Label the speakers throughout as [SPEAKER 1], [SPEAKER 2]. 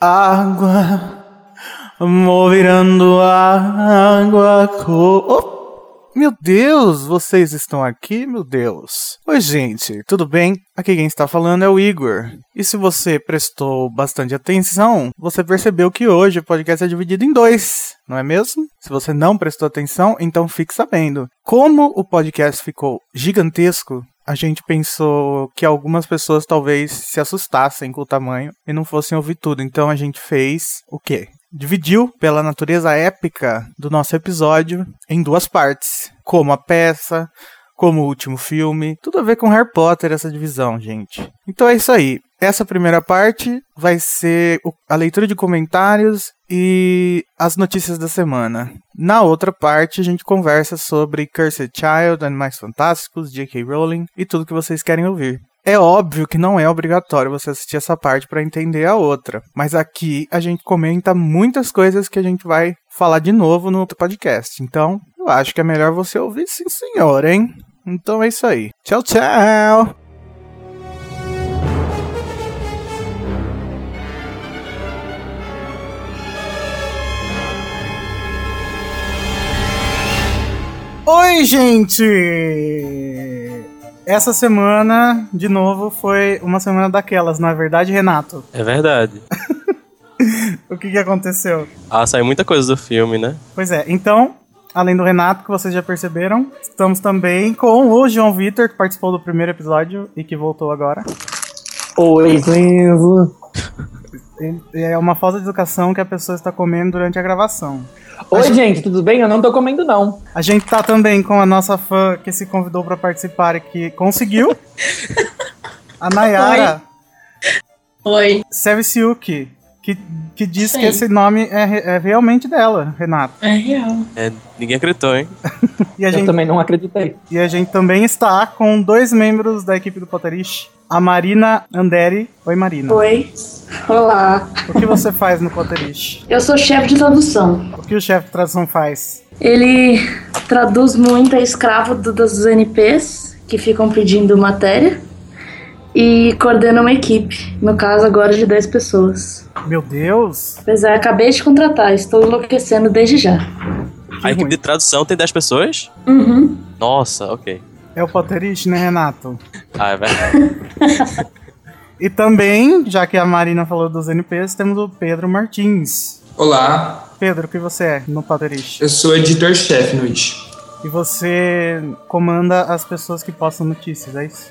[SPEAKER 1] Água, amor virando água. Co... Oh, meu Deus, vocês estão aqui? Meu Deus. Oi, gente, tudo bem? Aqui quem está falando é o Igor. E se você prestou bastante atenção, você percebeu que hoje o podcast é dividido em dois, não é mesmo? Se você não prestou atenção, então fique sabendo. Como o podcast ficou gigantesco, a gente pensou que algumas pessoas talvez se assustassem com o tamanho e não fossem ouvir tudo. Então a gente fez o quê? Dividiu pela natureza épica do nosso episódio em duas partes, como a peça, como o último filme, tudo a ver com Harry Potter essa divisão, gente. Então é isso aí. Essa primeira parte vai ser o- a leitura de comentários e as notícias da semana. Na outra parte, a gente conversa sobre Cursed Child, Animais Fantásticos, J.K. Rowling e tudo que vocês querem ouvir. É óbvio que não é obrigatório você assistir essa parte para entender a outra, mas aqui a gente comenta muitas coisas que a gente vai falar de novo no outro podcast. Então, eu acho que é melhor você ouvir sim, senhor, hein? Então é isso aí. Tchau, tchau! Oi, gente! Essa semana, de novo, foi uma semana daquelas, não é verdade, Renato?
[SPEAKER 2] É verdade.
[SPEAKER 1] O que, que aconteceu?
[SPEAKER 2] Ah, saiu muita coisa do filme, né?
[SPEAKER 1] Pois é, então, além do Renato, que vocês já perceberam, estamos também com o João Vitor, que participou do primeiro episódio e que voltou agora.
[SPEAKER 3] Oi, Enzo.
[SPEAKER 1] Ele- É uma falta de educação que a pessoa está comendo durante a gravação.
[SPEAKER 3] Oi, gente, tudo bem? Eu não tô comendo, não.
[SPEAKER 1] A gente tá também com a nossa fã que se convidou para participar e que conseguiu. A Nayara.
[SPEAKER 4] Oi.
[SPEAKER 1] Sevisiuk, que, que diz
[SPEAKER 4] Sim.
[SPEAKER 1] que esse nome é, re- é realmente dela, Renato.
[SPEAKER 4] É real.
[SPEAKER 2] É, ninguém acreditou, hein?
[SPEAKER 1] E a,
[SPEAKER 3] Eu
[SPEAKER 1] gente,
[SPEAKER 3] também não acreditei.
[SPEAKER 1] e a gente também está com dois membros da equipe do Potterish, a Marina Anderi. Oi, Marina.
[SPEAKER 4] Oi. Olá.
[SPEAKER 1] O que você faz no Potterish?
[SPEAKER 4] Eu sou chefe de tradução.
[SPEAKER 1] O que o chefe de tradução faz?
[SPEAKER 4] Ele traduz muito, é escravo do- dos NPs que ficam pedindo matéria e coordena uma equipe, no caso agora de 10 pessoas.
[SPEAKER 1] Meu Deus!
[SPEAKER 4] Pois é, acabei de contratar, estou enlouquecendo desde já.
[SPEAKER 2] a equipe
[SPEAKER 1] ruim.
[SPEAKER 2] de tradução tem 10 pessoas?
[SPEAKER 4] Uhum.
[SPEAKER 2] Nossa, ok.
[SPEAKER 1] É o Potterish, né, Renato?
[SPEAKER 2] Ah, é verdade.
[SPEAKER 1] E também, já que a Marina falou dos NPs, temos o Pedro Martins.
[SPEAKER 5] Olá,
[SPEAKER 1] Pedro, o que você é no Potterish?
[SPEAKER 5] eu sou editor-chefe no Itch.
[SPEAKER 1] E você comanda as pessoas que postam notícias, é isso?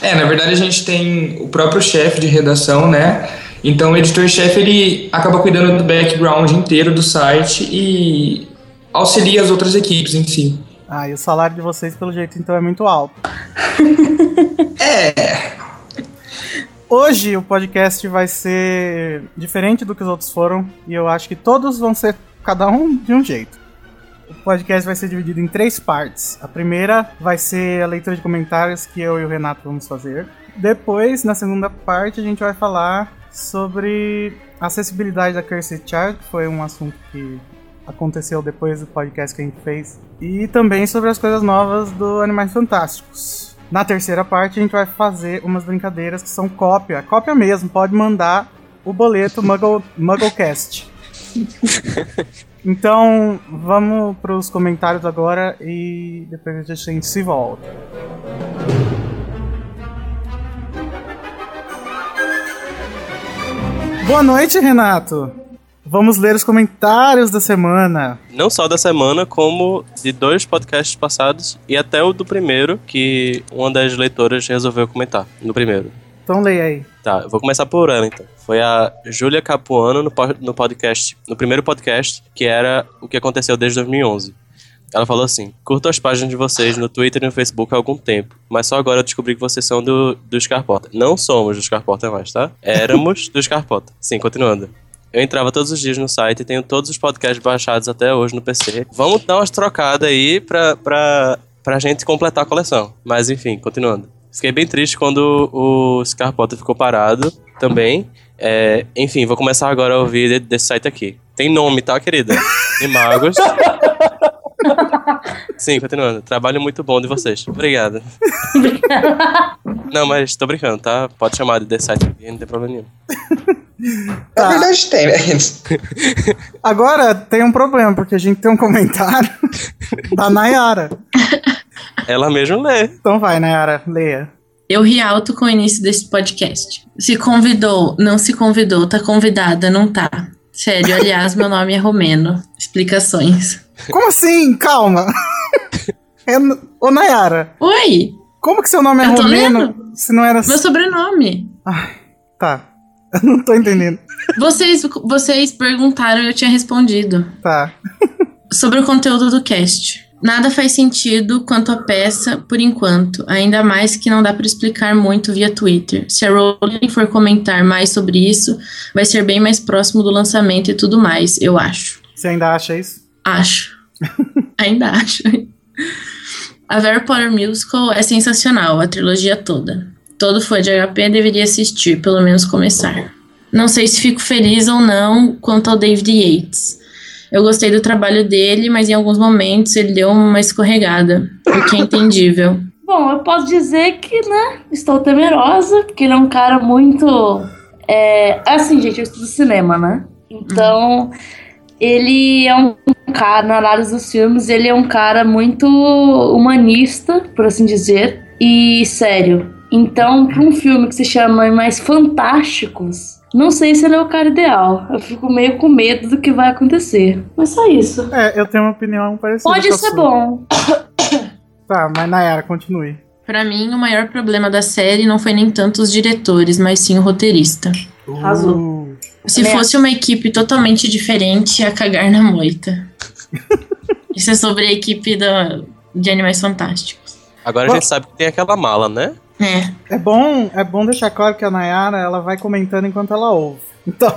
[SPEAKER 5] É, na verdade a gente tem o próprio chefe de redação, né? Então o editor-chefe ele acaba cuidando do background inteiro do site e auxilia as outras equipes em si.
[SPEAKER 1] Ah, e o salário de vocês, pelo jeito, então é muito alto. é! Hoje o podcast vai ser diferente do que os outros foram, e eu acho que todos vão ser cada um de um jeito. O podcast vai ser dividido em três partes. A primeira vai ser a leitura de comentários que eu e o Renato vamos fazer. Depois, na segunda parte, a gente vai falar sobre a acessibilidade da Cursed Child, que foi um assunto que aconteceu depois do podcast que a gente fez. E também sobre as coisas novas do Animais Fantásticos. Na terceira parte, a gente vai fazer umas brincadeiras que são cópia. Cópia mesmo, pode mandar o boleto Muggle, MuggleCast. Então, vamos para os comentários agora e depois a gente se volta. Boa noite, Renato! Vamos ler os comentários da semana.
[SPEAKER 2] Não só da semana, como de dois podcasts passados e até o do primeiro, que uma das leitoras resolveu comentar. No primeiro.
[SPEAKER 1] Então leia aí.
[SPEAKER 2] Tá, eu vou começar por ela então. Foi a Júlia Capuano no, po- no podcast, no primeiro podcast, que era o que aconteceu desde 2011. Ela falou assim: curto as páginas de vocês no Twitter e no Facebook há algum tempo, mas só agora eu descobri que vocês são do, do Scarpota. Não somos do Scarpota mais, tá? Éramos do Scarpota. Sim, continuando. Eu entrava todos os dias no site e tenho todos os podcasts baixados até hoje no PC. Vamos dar umas trocadas aí pra, pra, pra gente completar a coleção. Mas enfim, continuando. Fiquei bem triste quando o Scarpota ficou parado também. É, enfim, vou começar agora a ouvir de- desse site aqui. Tem nome, tá, querida? De Magos. Sim, continuando. Trabalho muito bom de vocês. Obrigado. não, mas tô brincando, tá? Pode chamar de The Site aqui, não tem problema nenhum.
[SPEAKER 1] Tá.
[SPEAKER 6] Na verdade tem, né?
[SPEAKER 1] Agora tem um problema, porque a gente tem um comentário da Nayara.
[SPEAKER 2] Ela mesmo lê.
[SPEAKER 1] Então vai, Nayara, leia.
[SPEAKER 7] Eu ri alto com o início desse podcast. Se convidou, não se convidou, tá convidada, não tá. Sério, aliás, meu nome é Romeno. Explicações.
[SPEAKER 1] Como assim? Calma. É, N- ô, Nayara,
[SPEAKER 7] Oi,
[SPEAKER 1] como que seu nome é
[SPEAKER 7] Eu tô
[SPEAKER 1] romeno se não era...
[SPEAKER 7] meu sobrenome.
[SPEAKER 1] Tá, eu não tô entendendo.
[SPEAKER 7] Vocês, vocês perguntaram e eu tinha respondido.
[SPEAKER 1] Tá.
[SPEAKER 7] Sobre o conteúdo do cast. Nada faz sentido quanto à peça, por enquanto, ainda mais que não dá para explicar muito via Twitter. Se a Rowling for comentar mais sobre isso, vai ser bem mais próximo do lançamento e tudo mais, eu acho.
[SPEAKER 1] Você ainda acha isso?
[SPEAKER 7] Acho. Ainda acho. A Harry Potter Musical é sensacional, a trilogia toda. Todo fã de HP deveria assistir, pelo menos começar. Não sei se fico feliz ou não quanto ao David Yates. Eu gostei do trabalho dele, mas em alguns momentos ele deu uma escorregada, o que é entendível.
[SPEAKER 4] Bom, eu posso dizer que, né, estou temerosa, porque ele é um cara muito. É, assim, gente, eu estudo cinema, né? Então, ele é um cara, na análise dos filmes, ele é um cara muito humanista, por assim dizer, e sério. Então, para um filme que se chama Mais Fantásticos, não sei se ele é o cara ideal. Eu fico meio com medo do que vai acontecer. Mas só isso.
[SPEAKER 1] É, eu tenho uma opinião parecida
[SPEAKER 4] Pode
[SPEAKER 1] com a
[SPEAKER 4] ser
[SPEAKER 1] sua.
[SPEAKER 4] bom.
[SPEAKER 1] Tá, mas Nayara, continue.
[SPEAKER 7] Pra mim, o maior problema da série não foi nem tanto os diretores, mas sim o roteirista.
[SPEAKER 4] Arrasou.
[SPEAKER 1] Uh,
[SPEAKER 7] Se
[SPEAKER 4] Né?
[SPEAKER 7] fosse uma equipe totalmente diferente, ia cagar na moita. Isso é sobre a equipe da, de Animais Fantásticos.
[SPEAKER 2] Agora a gente sabe que tem aquela mala, né?
[SPEAKER 7] É.
[SPEAKER 1] é, bom, é bom deixar claro que a Nayara ela vai comentando enquanto ela ouve. Então,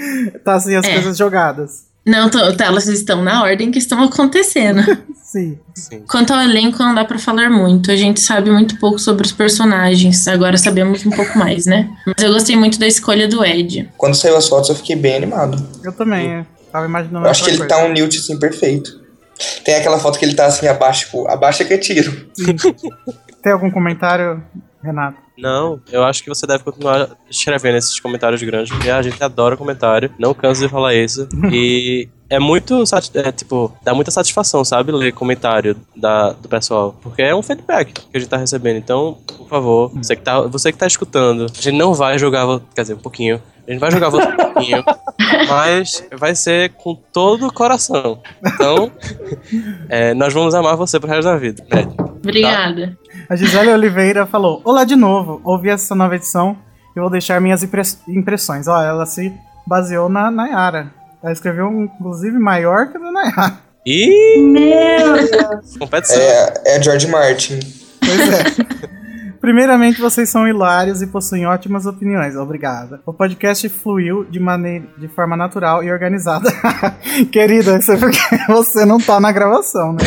[SPEAKER 1] tá assim as
[SPEAKER 7] É.
[SPEAKER 1] coisas jogadas.
[SPEAKER 7] Não, tô- tá, elas estão na ordem que estão acontecendo.
[SPEAKER 1] Sim.
[SPEAKER 2] Sim.
[SPEAKER 7] Quanto ao elenco, não dá pra falar muito. A gente sabe muito pouco sobre os personagens. Agora sabemos um pouco mais, né? Mas eu gostei muito da escolha do Ed.
[SPEAKER 6] Quando saiu as fotos eu fiquei bem animado.
[SPEAKER 1] Eu também, é. tava imaginando
[SPEAKER 6] Eu acho que ele
[SPEAKER 1] outra
[SPEAKER 6] tá um Newt assim perfeito. Tem aquela foto que ele tá assim abaixo, tipo, abaixo é que é tiro.
[SPEAKER 1] coisa. Tem algum comentário, Renato?
[SPEAKER 2] Não, eu acho que você deve continuar escrevendo esses comentários grandes, porque a gente adora comentário, não canso de falar isso. E é muito, sati- é, tipo, dá muita satisfação, sabe, ler comentário da, do pessoal, porque é um feedback que a gente tá recebendo. Então, por favor, você que tá, você que tá escutando, a gente não vai jogar, vo- quer dizer, um pouquinho, a gente vai jogar você um pouquinho, mas vai ser com todo o coração. Então, é, nós vamos amar você pro resto da vida, né? Tá.
[SPEAKER 7] Obrigada.
[SPEAKER 1] A Gisele Oliveira falou: Olá de novo, ouvi essa nova edição e vou deixar minhas impres- impressões. Ó, ela se baseou na Nayara. Ela escreveu, um, inclusive, maior que a da Nayara.
[SPEAKER 2] E
[SPEAKER 4] Meu
[SPEAKER 2] competição.
[SPEAKER 6] É, é George Martin.
[SPEAKER 1] Pois é. Primeiramente, vocês são hilários e possuem ótimas opiniões. Obrigada. O podcast fluiu de maneira, de forma natural e organizada. Querida, isso é porque você não tá na gravação, né?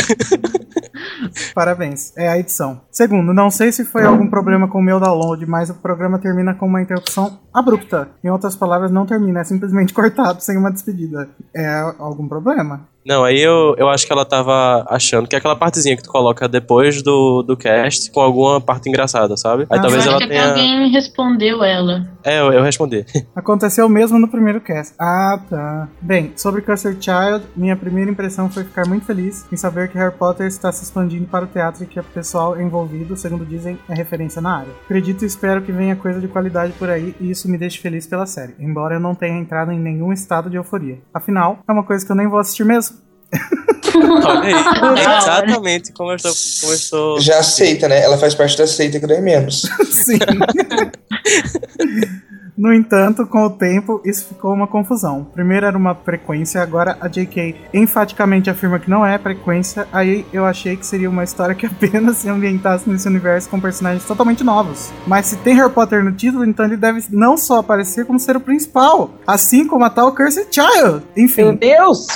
[SPEAKER 1] Parabéns. É a edição. Segundo, não sei se foi algum problema com o meu download, mas o programa termina com uma interrupção abrupta. Em outras palavras, não termina, é simplesmente cortado sem uma despedida. É algum problema?
[SPEAKER 2] Não, aí eu, eu acho que ela tava achando que é aquela partezinha que tu coloca depois do, do cast com alguma parte engraçada, sabe? Aí
[SPEAKER 1] Ah,
[SPEAKER 2] talvez
[SPEAKER 7] eu acho
[SPEAKER 2] ela
[SPEAKER 7] que até
[SPEAKER 2] tenha.
[SPEAKER 7] alguém respondeu ela.
[SPEAKER 2] É, eu, eu respondi.
[SPEAKER 1] Aconteceu o mesmo no primeiro cast. Ah, tá. Bem, sobre Cursed Child, minha primeira impressão foi ficar muito feliz em saber que Harry Potter está se expandindo para o teatro e que o pessoal envolvido, segundo dizem, é referência na área. Acredito e espero que venha coisa de qualidade por aí e isso me deixa feliz pela série, embora eu não tenha entrado em nenhum estado de euforia. Afinal, é uma coisa que eu nem vou assistir mesmo.
[SPEAKER 2] Olha aí. É
[SPEAKER 7] Da hora.
[SPEAKER 2] exatamente como eu estou. Como eu estou...
[SPEAKER 6] Já aceita, né? Ela faz parte da seita que dói menos.
[SPEAKER 1] Sim. No entanto, com o tempo, isso ficou uma confusão. Primeiro era uma frequência, agora a JK enfaticamente afirma que não é frequência, aí eu achei que seria uma história que apenas se ambientasse nesse universo com personagens totalmente novos. Mas se tem Harry Potter no título, então ele deve não só aparecer, como ser o principal, assim como a tal Cursed Child.
[SPEAKER 3] Meu
[SPEAKER 1] Enfim,
[SPEAKER 3] Deus!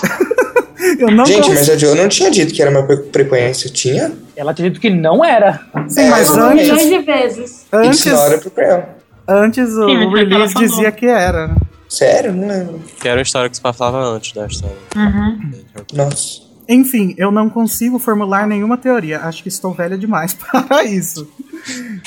[SPEAKER 1] eu não
[SPEAKER 6] Gente,
[SPEAKER 1] consigo.
[SPEAKER 6] mas a Joe não tinha dito que era uma fre- frequência. Tinha?
[SPEAKER 3] Ela tinha dito que não era.
[SPEAKER 1] Sim, mas
[SPEAKER 6] É,
[SPEAKER 1] antes,
[SPEAKER 4] milhões de vezes.
[SPEAKER 7] é.
[SPEAKER 6] E tinha hora
[SPEAKER 1] antes,
[SPEAKER 6] pro Prel.
[SPEAKER 1] antes
[SPEAKER 7] Sim, mas
[SPEAKER 1] o
[SPEAKER 7] foi o que ela
[SPEAKER 1] release
[SPEAKER 7] falou.
[SPEAKER 1] dizia que era. né?
[SPEAKER 6] Sério? Não lembro.
[SPEAKER 2] Que era uma história que se passava antes da história.
[SPEAKER 7] Uhum.
[SPEAKER 6] Nossa.
[SPEAKER 1] Enfim, eu não consigo formular nenhuma teoria. Acho que estou velha demais para isso.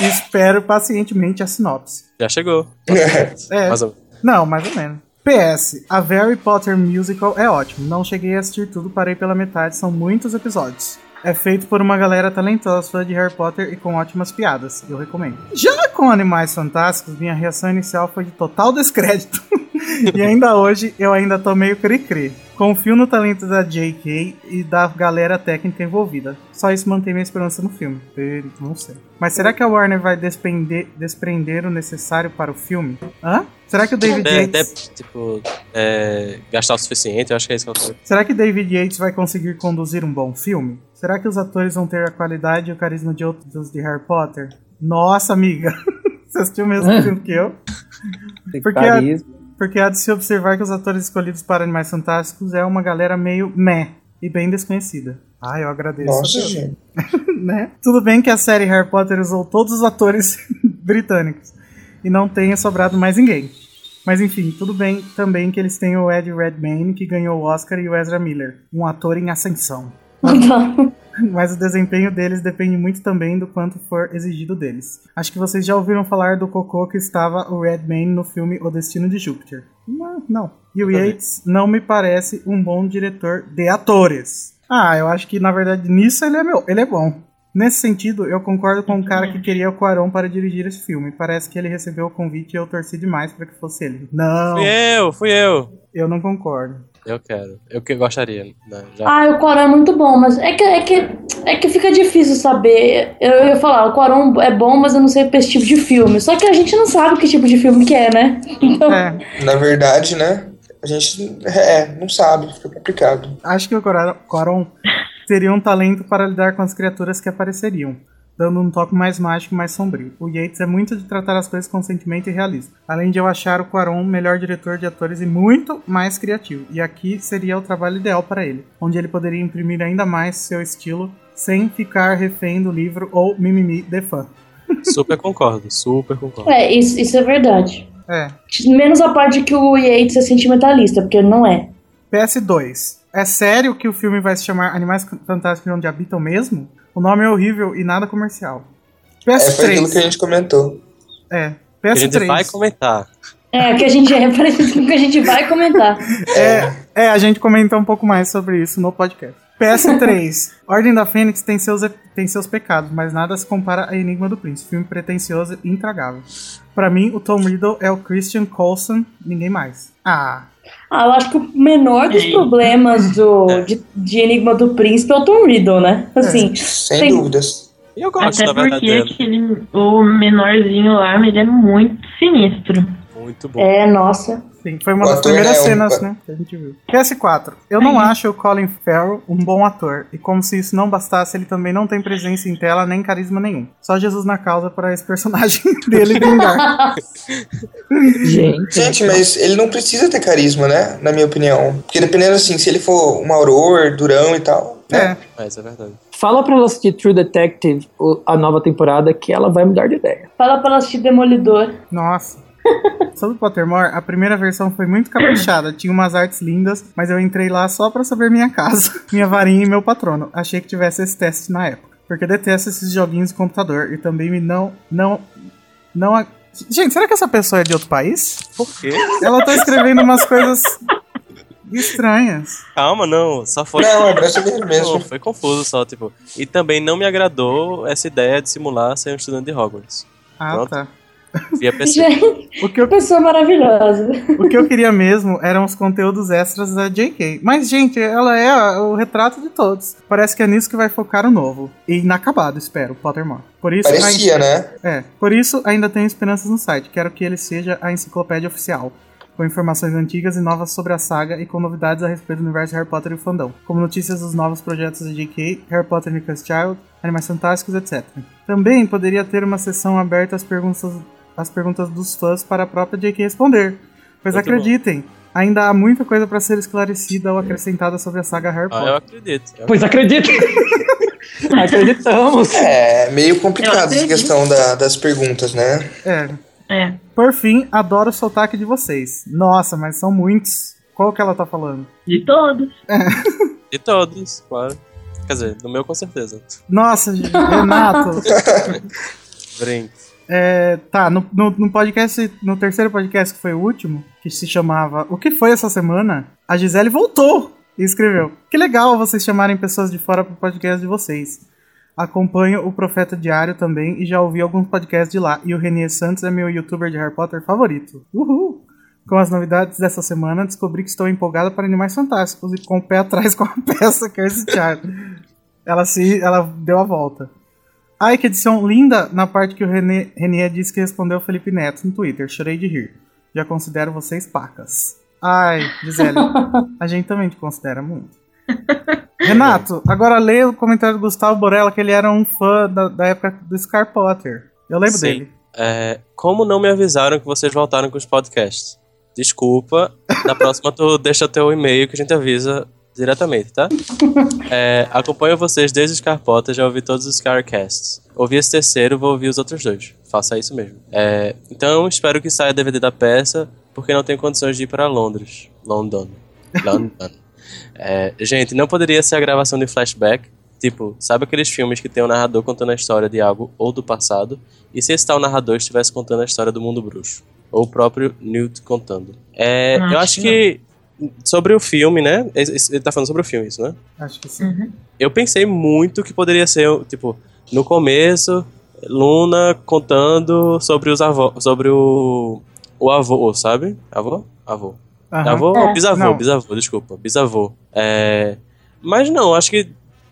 [SPEAKER 1] Espero pacientemente a sinopse.
[SPEAKER 2] Já chegou.
[SPEAKER 6] É,
[SPEAKER 1] É,
[SPEAKER 2] Mais ou menos.
[SPEAKER 1] Não, mais ou menos. PS, a Harry Potter Musical é ótimo. Não cheguei a assistir tudo, parei pela metade, são muitos episódios. É feito por uma galera talentosa fã de Harry Potter e com ótimas piadas. Eu recomendo. Já com Animais Fantásticos, minha reação inicial foi de total descrédito. e ainda hoje, eu ainda tô meio cri-cri. Confio no talento da J.K. e da galera técnica envolvida. Só isso mantém minha esperança no filme. Eh, Não sei. Mas será que a Warner vai despender- desprender o necessário para o filme? Hã? Será que o David
[SPEAKER 2] Deve,
[SPEAKER 1] Yates...
[SPEAKER 2] deve, tipo, é, gastar o suficiente, eu acho que é isso que eu tô.
[SPEAKER 1] Será que David Yates vai conseguir conduzir um bom filme? Será que os atores vão ter a qualidade e o carisma de outros de Harry Potter? Nossa, amiga! Você assistiu o mesmo filme que eu?
[SPEAKER 8] Tem
[SPEAKER 1] Porque a-
[SPEAKER 8] carisma.
[SPEAKER 1] Porque há de se observar que os atores escolhidos para Animais Fantásticos é uma galera meio meh e bem desconhecida. Ah, eu agradeço. a
[SPEAKER 6] Nossa,
[SPEAKER 1] Deus,
[SPEAKER 6] gente.
[SPEAKER 1] né? Tudo bem que a série Harry Potter usou todos os atores britânicos e não tenha sobrado mais ninguém. Mas enfim, tudo bem também que eles tenham o Ed Redmayne, que ganhou o Oscar, e o Ezra Miller, um ator em ascensão. Mas o desempenho deles depende muito também do quanto for exigido deles. Acho que vocês já ouviram falar do cocô que estava o Redmayne no filme O Destino de Júpiter. Não, não. E o
[SPEAKER 2] Nunca vi.
[SPEAKER 1] Yates não me parece um bom diretor de atores. Ah, eu acho que na verdade nisso ele é meu, ele é bom. Nesse sentido, eu concordo com o cara que queria o Cuarón para dirigir esse filme. Parece que ele recebeu o convite e eu torci demais para que fosse ele. Não,
[SPEAKER 2] Fui eu, fui eu.
[SPEAKER 1] eu não concordo.
[SPEAKER 2] Eu quero. Eu que gostaria, né? Já.
[SPEAKER 4] Ah, o Quaron é muito bom, mas é que, é que, é que fica difícil saber. Eu, eu ia falar, o Quaron é bom, mas eu não sei pra esse tipo de filme. Só que a gente não sabe que tipo de filme que é, né? Então,
[SPEAKER 1] É,
[SPEAKER 6] Na verdade, né? A gente é, não sabe, fica complicado.
[SPEAKER 1] Acho que o Cora- Coron teria um talento para lidar com as criaturas que apareceriam, dando um toque mais mágico e mais sombrio. O Yates é muito de tratar as coisas com sentimento e realismo. Além de eu achar o Quaron o melhor diretor de atores e muito mais criativo. E aqui seria o trabalho ideal para ele, onde ele poderia imprimir ainda mais seu estilo sem ficar refém do livro ou mimimi de fã.
[SPEAKER 2] Super concordo, super concordo.
[SPEAKER 4] é, isso, isso é verdade.
[SPEAKER 1] É.
[SPEAKER 4] Menos a parte que o Yates é sentimentalista, porque ele não é.
[SPEAKER 1] PS2. É sério que o filme vai se chamar Animais Fantásticos Onde Habitam mesmo? O nome é horrível e nada comercial.
[SPEAKER 6] É, foi aquilo que a
[SPEAKER 1] PS3.
[SPEAKER 6] gente comentou.
[SPEAKER 1] É.
[SPEAKER 2] A gente vai
[SPEAKER 1] PS3.
[SPEAKER 2] comentar.
[SPEAKER 4] É, que a gente é parecido com o que a gente vai comentar.
[SPEAKER 1] É, a gente comenta um pouco mais sobre isso no podcast. PS3. Ordem da Fênix tem seus, tem seus pecados, mas nada se compara a Enigma do Príncipe. Filme pretencioso e intragável. Pra mim, o Tom Riddle é o Christian Coulson, ninguém mais. Ah,
[SPEAKER 4] Ah, eu acho que o menor dos problemas do, de, de Enigma do Príncipe é o Tom Riddle, né? Assim,
[SPEAKER 6] Sem
[SPEAKER 4] Tem-
[SPEAKER 6] dúvidas.
[SPEAKER 2] E eu gosto,
[SPEAKER 7] Até
[SPEAKER 2] na verdade,
[SPEAKER 7] porque
[SPEAKER 2] dele.
[SPEAKER 7] aquele, o menorzinho lá, ele é muito sinistro.
[SPEAKER 2] Muito bom.
[SPEAKER 4] é, nossa.
[SPEAKER 1] Sim, foi uma
[SPEAKER 6] O
[SPEAKER 1] das
[SPEAKER 6] ator
[SPEAKER 1] primeiras
[SPEAKER 6] é um-
[SPEAKER 1] cenas, né? Que a gente viu. PS4. Eu não acho o Colin Farrell um bom ator. E como se isso não bastasse, ele também não tem presença em tela nem carisma nenhum. Só Jesus na causa para esse personagem dele vingar.
[SPEAKER 8] Gente,
[SPEAKER 6] Gente, mas ele não precisa ter carisma, né? Na minha opinião. Porque dependendo assim, se ele for um auror, durão e tal. Né?
[SPEAKER 1] é.
[SPEAKER 2] É, isso é verdade.
[SPEAKER 8] fala pra ela assistir True Detective, o- a nova temporada, que ela vai mudar de ideia.
[SPEAKER 4] Fala pra ela assistir Demolidor.
[SPEAKER 1] Nossa. Sobre Pottermore, a primeira versão foi muito caprichada, tinha umas artes lindas, mas eu entrei lá só pra saber minha casa, minha varinha e meu patrono. Achei que tivesse esse teste na época. Porque detesto esses joguinhos de computador e também me não. não. não. a- Gente, será que essa pessoa é de outro país?
[SPEAKER 2] Por quê?
[SPEAKER 1] Ela tá escrevendo umas coisas estranhas.
[SPEAKER 2] Calma, não. Só foi.
[SPEAKER 6] Não, é brasileiro
[SPEAKER 2] Não,
[SPEAKER 6] mesmo.
[SPEAKER 2] foi confuso só, tipo. E também não me agradou essa ideia de simular ser um estudante de Hogwarts.
[SPEAKER 1] Ah,
[SPEAKER 2] Pronto.
[SPEAKER 1] tá.
[SPEAKER 2] Via PC.
[SPEAKER 4] Gente,
[SPEAKER 1] O que, eu,
[SPEAKER 4] É pessoa maravilhosa.
[SPEAKER 1] o que eu queria mesmo eram os conteúdos extras da JK. Mas, gente, ela é a- o retrato de todos. Parece que é nisso que vai focar o novo. E inacabado, espero, Pottermore. Por isso, ai-
[SPEAKER 6] Parecia, né?
[SPEAKER 1] é, por isso ainda tenho esperanças no site. Quero que ele seja a enciclopédia oficial. Com informações antigas e novas sobre a saga e com novidades a respeito do universo de Harry Potter e o fandom, como notícias dos novos projetos da JK, Harry Potter and the Cursed Child, Animais Fantásticos, etc. Também poderia ter uma sessão aberta às perguntas, às perguntas dos fãs para a própria JK responder. Pois
[SPEAKER 2] Muito bom.
[SPEAKER 1] acreditem, ainda há muita coisa para ser esclarecida ou acrescentada sobre a saga Harry
[SPEAKER 2] Ah, eu
[SPEAKER 1] Potter.
[SPEAKER 2] acredito. Eu
[SPEAKER 3] Pois acredito.
[SPEAKER 8] Acreditamos!
[SPEAKER 6] É, meio
[SPEAKER 7] Eu
[SPEAKER 6] complicado essa
[SPEAKER 7] acredito.
[SPEAKER 6] questão da- das perguntas, né?
[SPEAKER 1] É,
[SPEAKER 7] É.
[SPEAKER 1] Por fim, adoro o sotaque de vocês. Nossa, mas são muitos. Qual que ela tá falando?
[SPEAKER 7] De todos.
[SPEAKER 2] De todos, claro. Quer dizer, do meu com certeza.
[SPEAKER 1] Nossa, gente, Renato.
[SPEAKER 2] Brinks.
[SPEAKER 1] É, tá, no, no, no podcast, no terceiro podcast que foi o último, que se chamava O que foi essa semana? A Gisele voltou e escreveu: Que legal vocês chamarem pessoas de fora pro podcast de vocês. Acompanho o Profeta Diário também e já ouvi alguns podcasts de lá. E o Renê Santos é meu youtuber de Harry Potter favorito. Uhul! Com as novidades dessa semana, descobri que estou empolgada para Animais Fantásticos e com o pé atrás com a peça Cursed Child. ela, se, ela deu a volta. Ai, que edição linda na parte que o René, René disse que respondeu o Felipe Neto no Twitter. Chorei de rir. Já considero vocês pacas. Ai, Gisele, a gente também te considera muito. Renato, agora lê o comentário do Gustavo Borella, que ele era um fã da, da época do Scar Potter. Eu lembro
[SPEAKER 2] Sim.
[SPEAKER 1] dele.
[SPEAKER 2] É, como não me avisaram que vocês voltaram com os podcasts? Desculpa, na próxima tu deixa teu e-mail que a gente avisa diretamente, tá? É, acompanho vocês desde os Carpota, já ouvi todos os Scarcasts. Ouvi esse terceiro, vou ouvir os outros dois. Faça isso mesmo. É, então, espero que saia DVD da peça, porque não tenho condições de ir para Londres. London. London. É, gente, não poderia ser a gravação de flashback. Tipo, sabe aqueles filmes que tem o narrador contando a história de algo ou do passado? E se esse tal narrador estivesse contando a história do mundo bruxo? Ou o próprio Newt contando? É,
[SPEAKER 7] Acho
[SPEAKER 2] eu acho que. Sobre o filme, né? Esse- esse- Ele tá falando sobre o filme, isso, né?
[SPEAKER 1] Acho que sim.
[SPEAKER 2] Eu pensei muito que poderia ser, tipo, no começo, Luna contando sobre os avó, sobre o, o avô, sabe? Avô? Avô.
[SPEAKER 1] Aham.
[SPEAKER 2] Avô
[SPEAKER 4] É.
[SPEAKER 2] ou bisavô?
[SPEAKER 1] Não.
[SPEAKER 2] Bisavô, desculpa. Bisavô. É, Mas não, acho que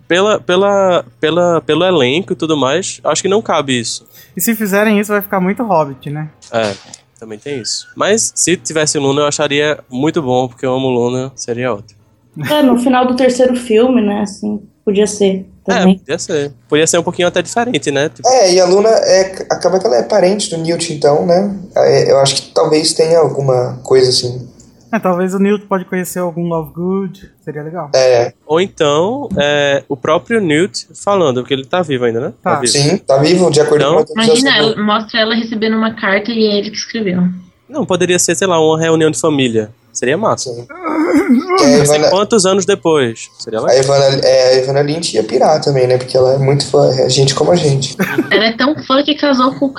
[SPEAKER 2] pela, pela, pela, pelo elenco e tudo mais, acho que não cabe isso.
[SPEAKER 1] E se fizerem isso, vai ficar muito hobbit, né?
[SPEAKER 2] É, também tem isso. Mas se tivesse Luna, eu acharia muito bom, porque eu amo Luna, seria ótimo.
[SPEAKER 4] É, no final do terceiro filme, né? Assim, podia ser
[SPEAKER 2] É,
[SPEAKER 4] também.
[SPEAKER 2] podia ser. Podia ser um pouquinho até diferente, né? Tipo,
[SPEAKER 6] É, e a Luna é, acaba que ela é parente do Newt, então, né? É, Eu acho que talvez tenha alguma coisa assim.
[SPEAKER 1] É, talvez o Newt pode conhecer algum Love Good, seria legal.
[SPEAKER 6] É,
[SPEAKER 2] Ou então, é, o próprio Newt falando, porque ele tá vivo ainda, né?
[SPEAKER 1] Tá.
[SPEAKER 2] vivo.
[SPEAKER 6] sim, tá vivo, de acordo
[SPEAKER 2] Não.
[SPEAKER 6] com a atualização
[SPEAKER 7] Imagina,
[SPEAKER 6] do-
[SPEAKER 7] ela- mostra ela recebendo uma carta e é ele que escreveu.
[SPEAKER 2] Não, poderia ser, sei lá, uma reunião de família. Seria massa.
[SPEAKER 6] Sim. Que a Ivana,
[SPEAKER 2] Quantos anos depois? Seria
[SPEAKER 6] a,
[SPEAKER 2] legal.
[SPEAKER 6] Ivana, é, a Ivana Lynch ia pirar também, né? Porque ela é muito fã, é gente como a gente.
[SPEAKER 7] Ela é tão fã que casou com.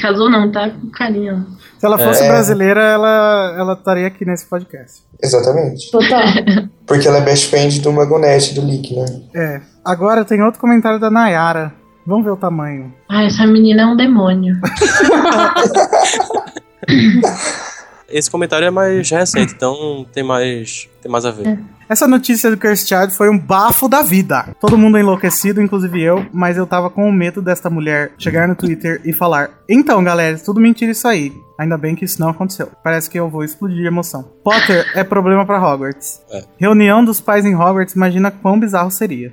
[SPEAKER 7] Casou não, tá? Com carinho.
[SPEAKER 1] Se ela fosse
[SPEAKER 6] É.
[SPEAKER 1] brasileira, ela, ela estaria aqui nesse podcast.
[SPEAKER 6] Exatamente.
[SPEAKER 4] Total.
[SPEAKER 6] Porque ela é best friend do Magonete, do Lick, né?
[SPEAKER 1] É. Agora tem outro comentário da Nayara. Vamos ver o tamanho.
[SPEAKER 7] Ai, essa menina é um demônio.
[SPEAKER 2] Esse comentário é mais recente, então tem mais, tem mais a
[SPEAKER 7] É.
[SPEAKER 2] ver.
[SPEAKER 1] Essa notícia do Cursed Child foi um bafo da vida. Todo mundo enlouquecido, inclusive eu, mas eu tava com o medo desta mulher chegar no Twitter e falar: Então, galera, tudo mentira isso aí. Ainda bem que isso não aconteceu. Parece que eu vou explodir de emoção. Potter é problema pra Hogwarts.
[SPEAKER 2] É.
[SPEAKER 1] Reunião dos pais em Hogwarts, imagina quão bizarro seria.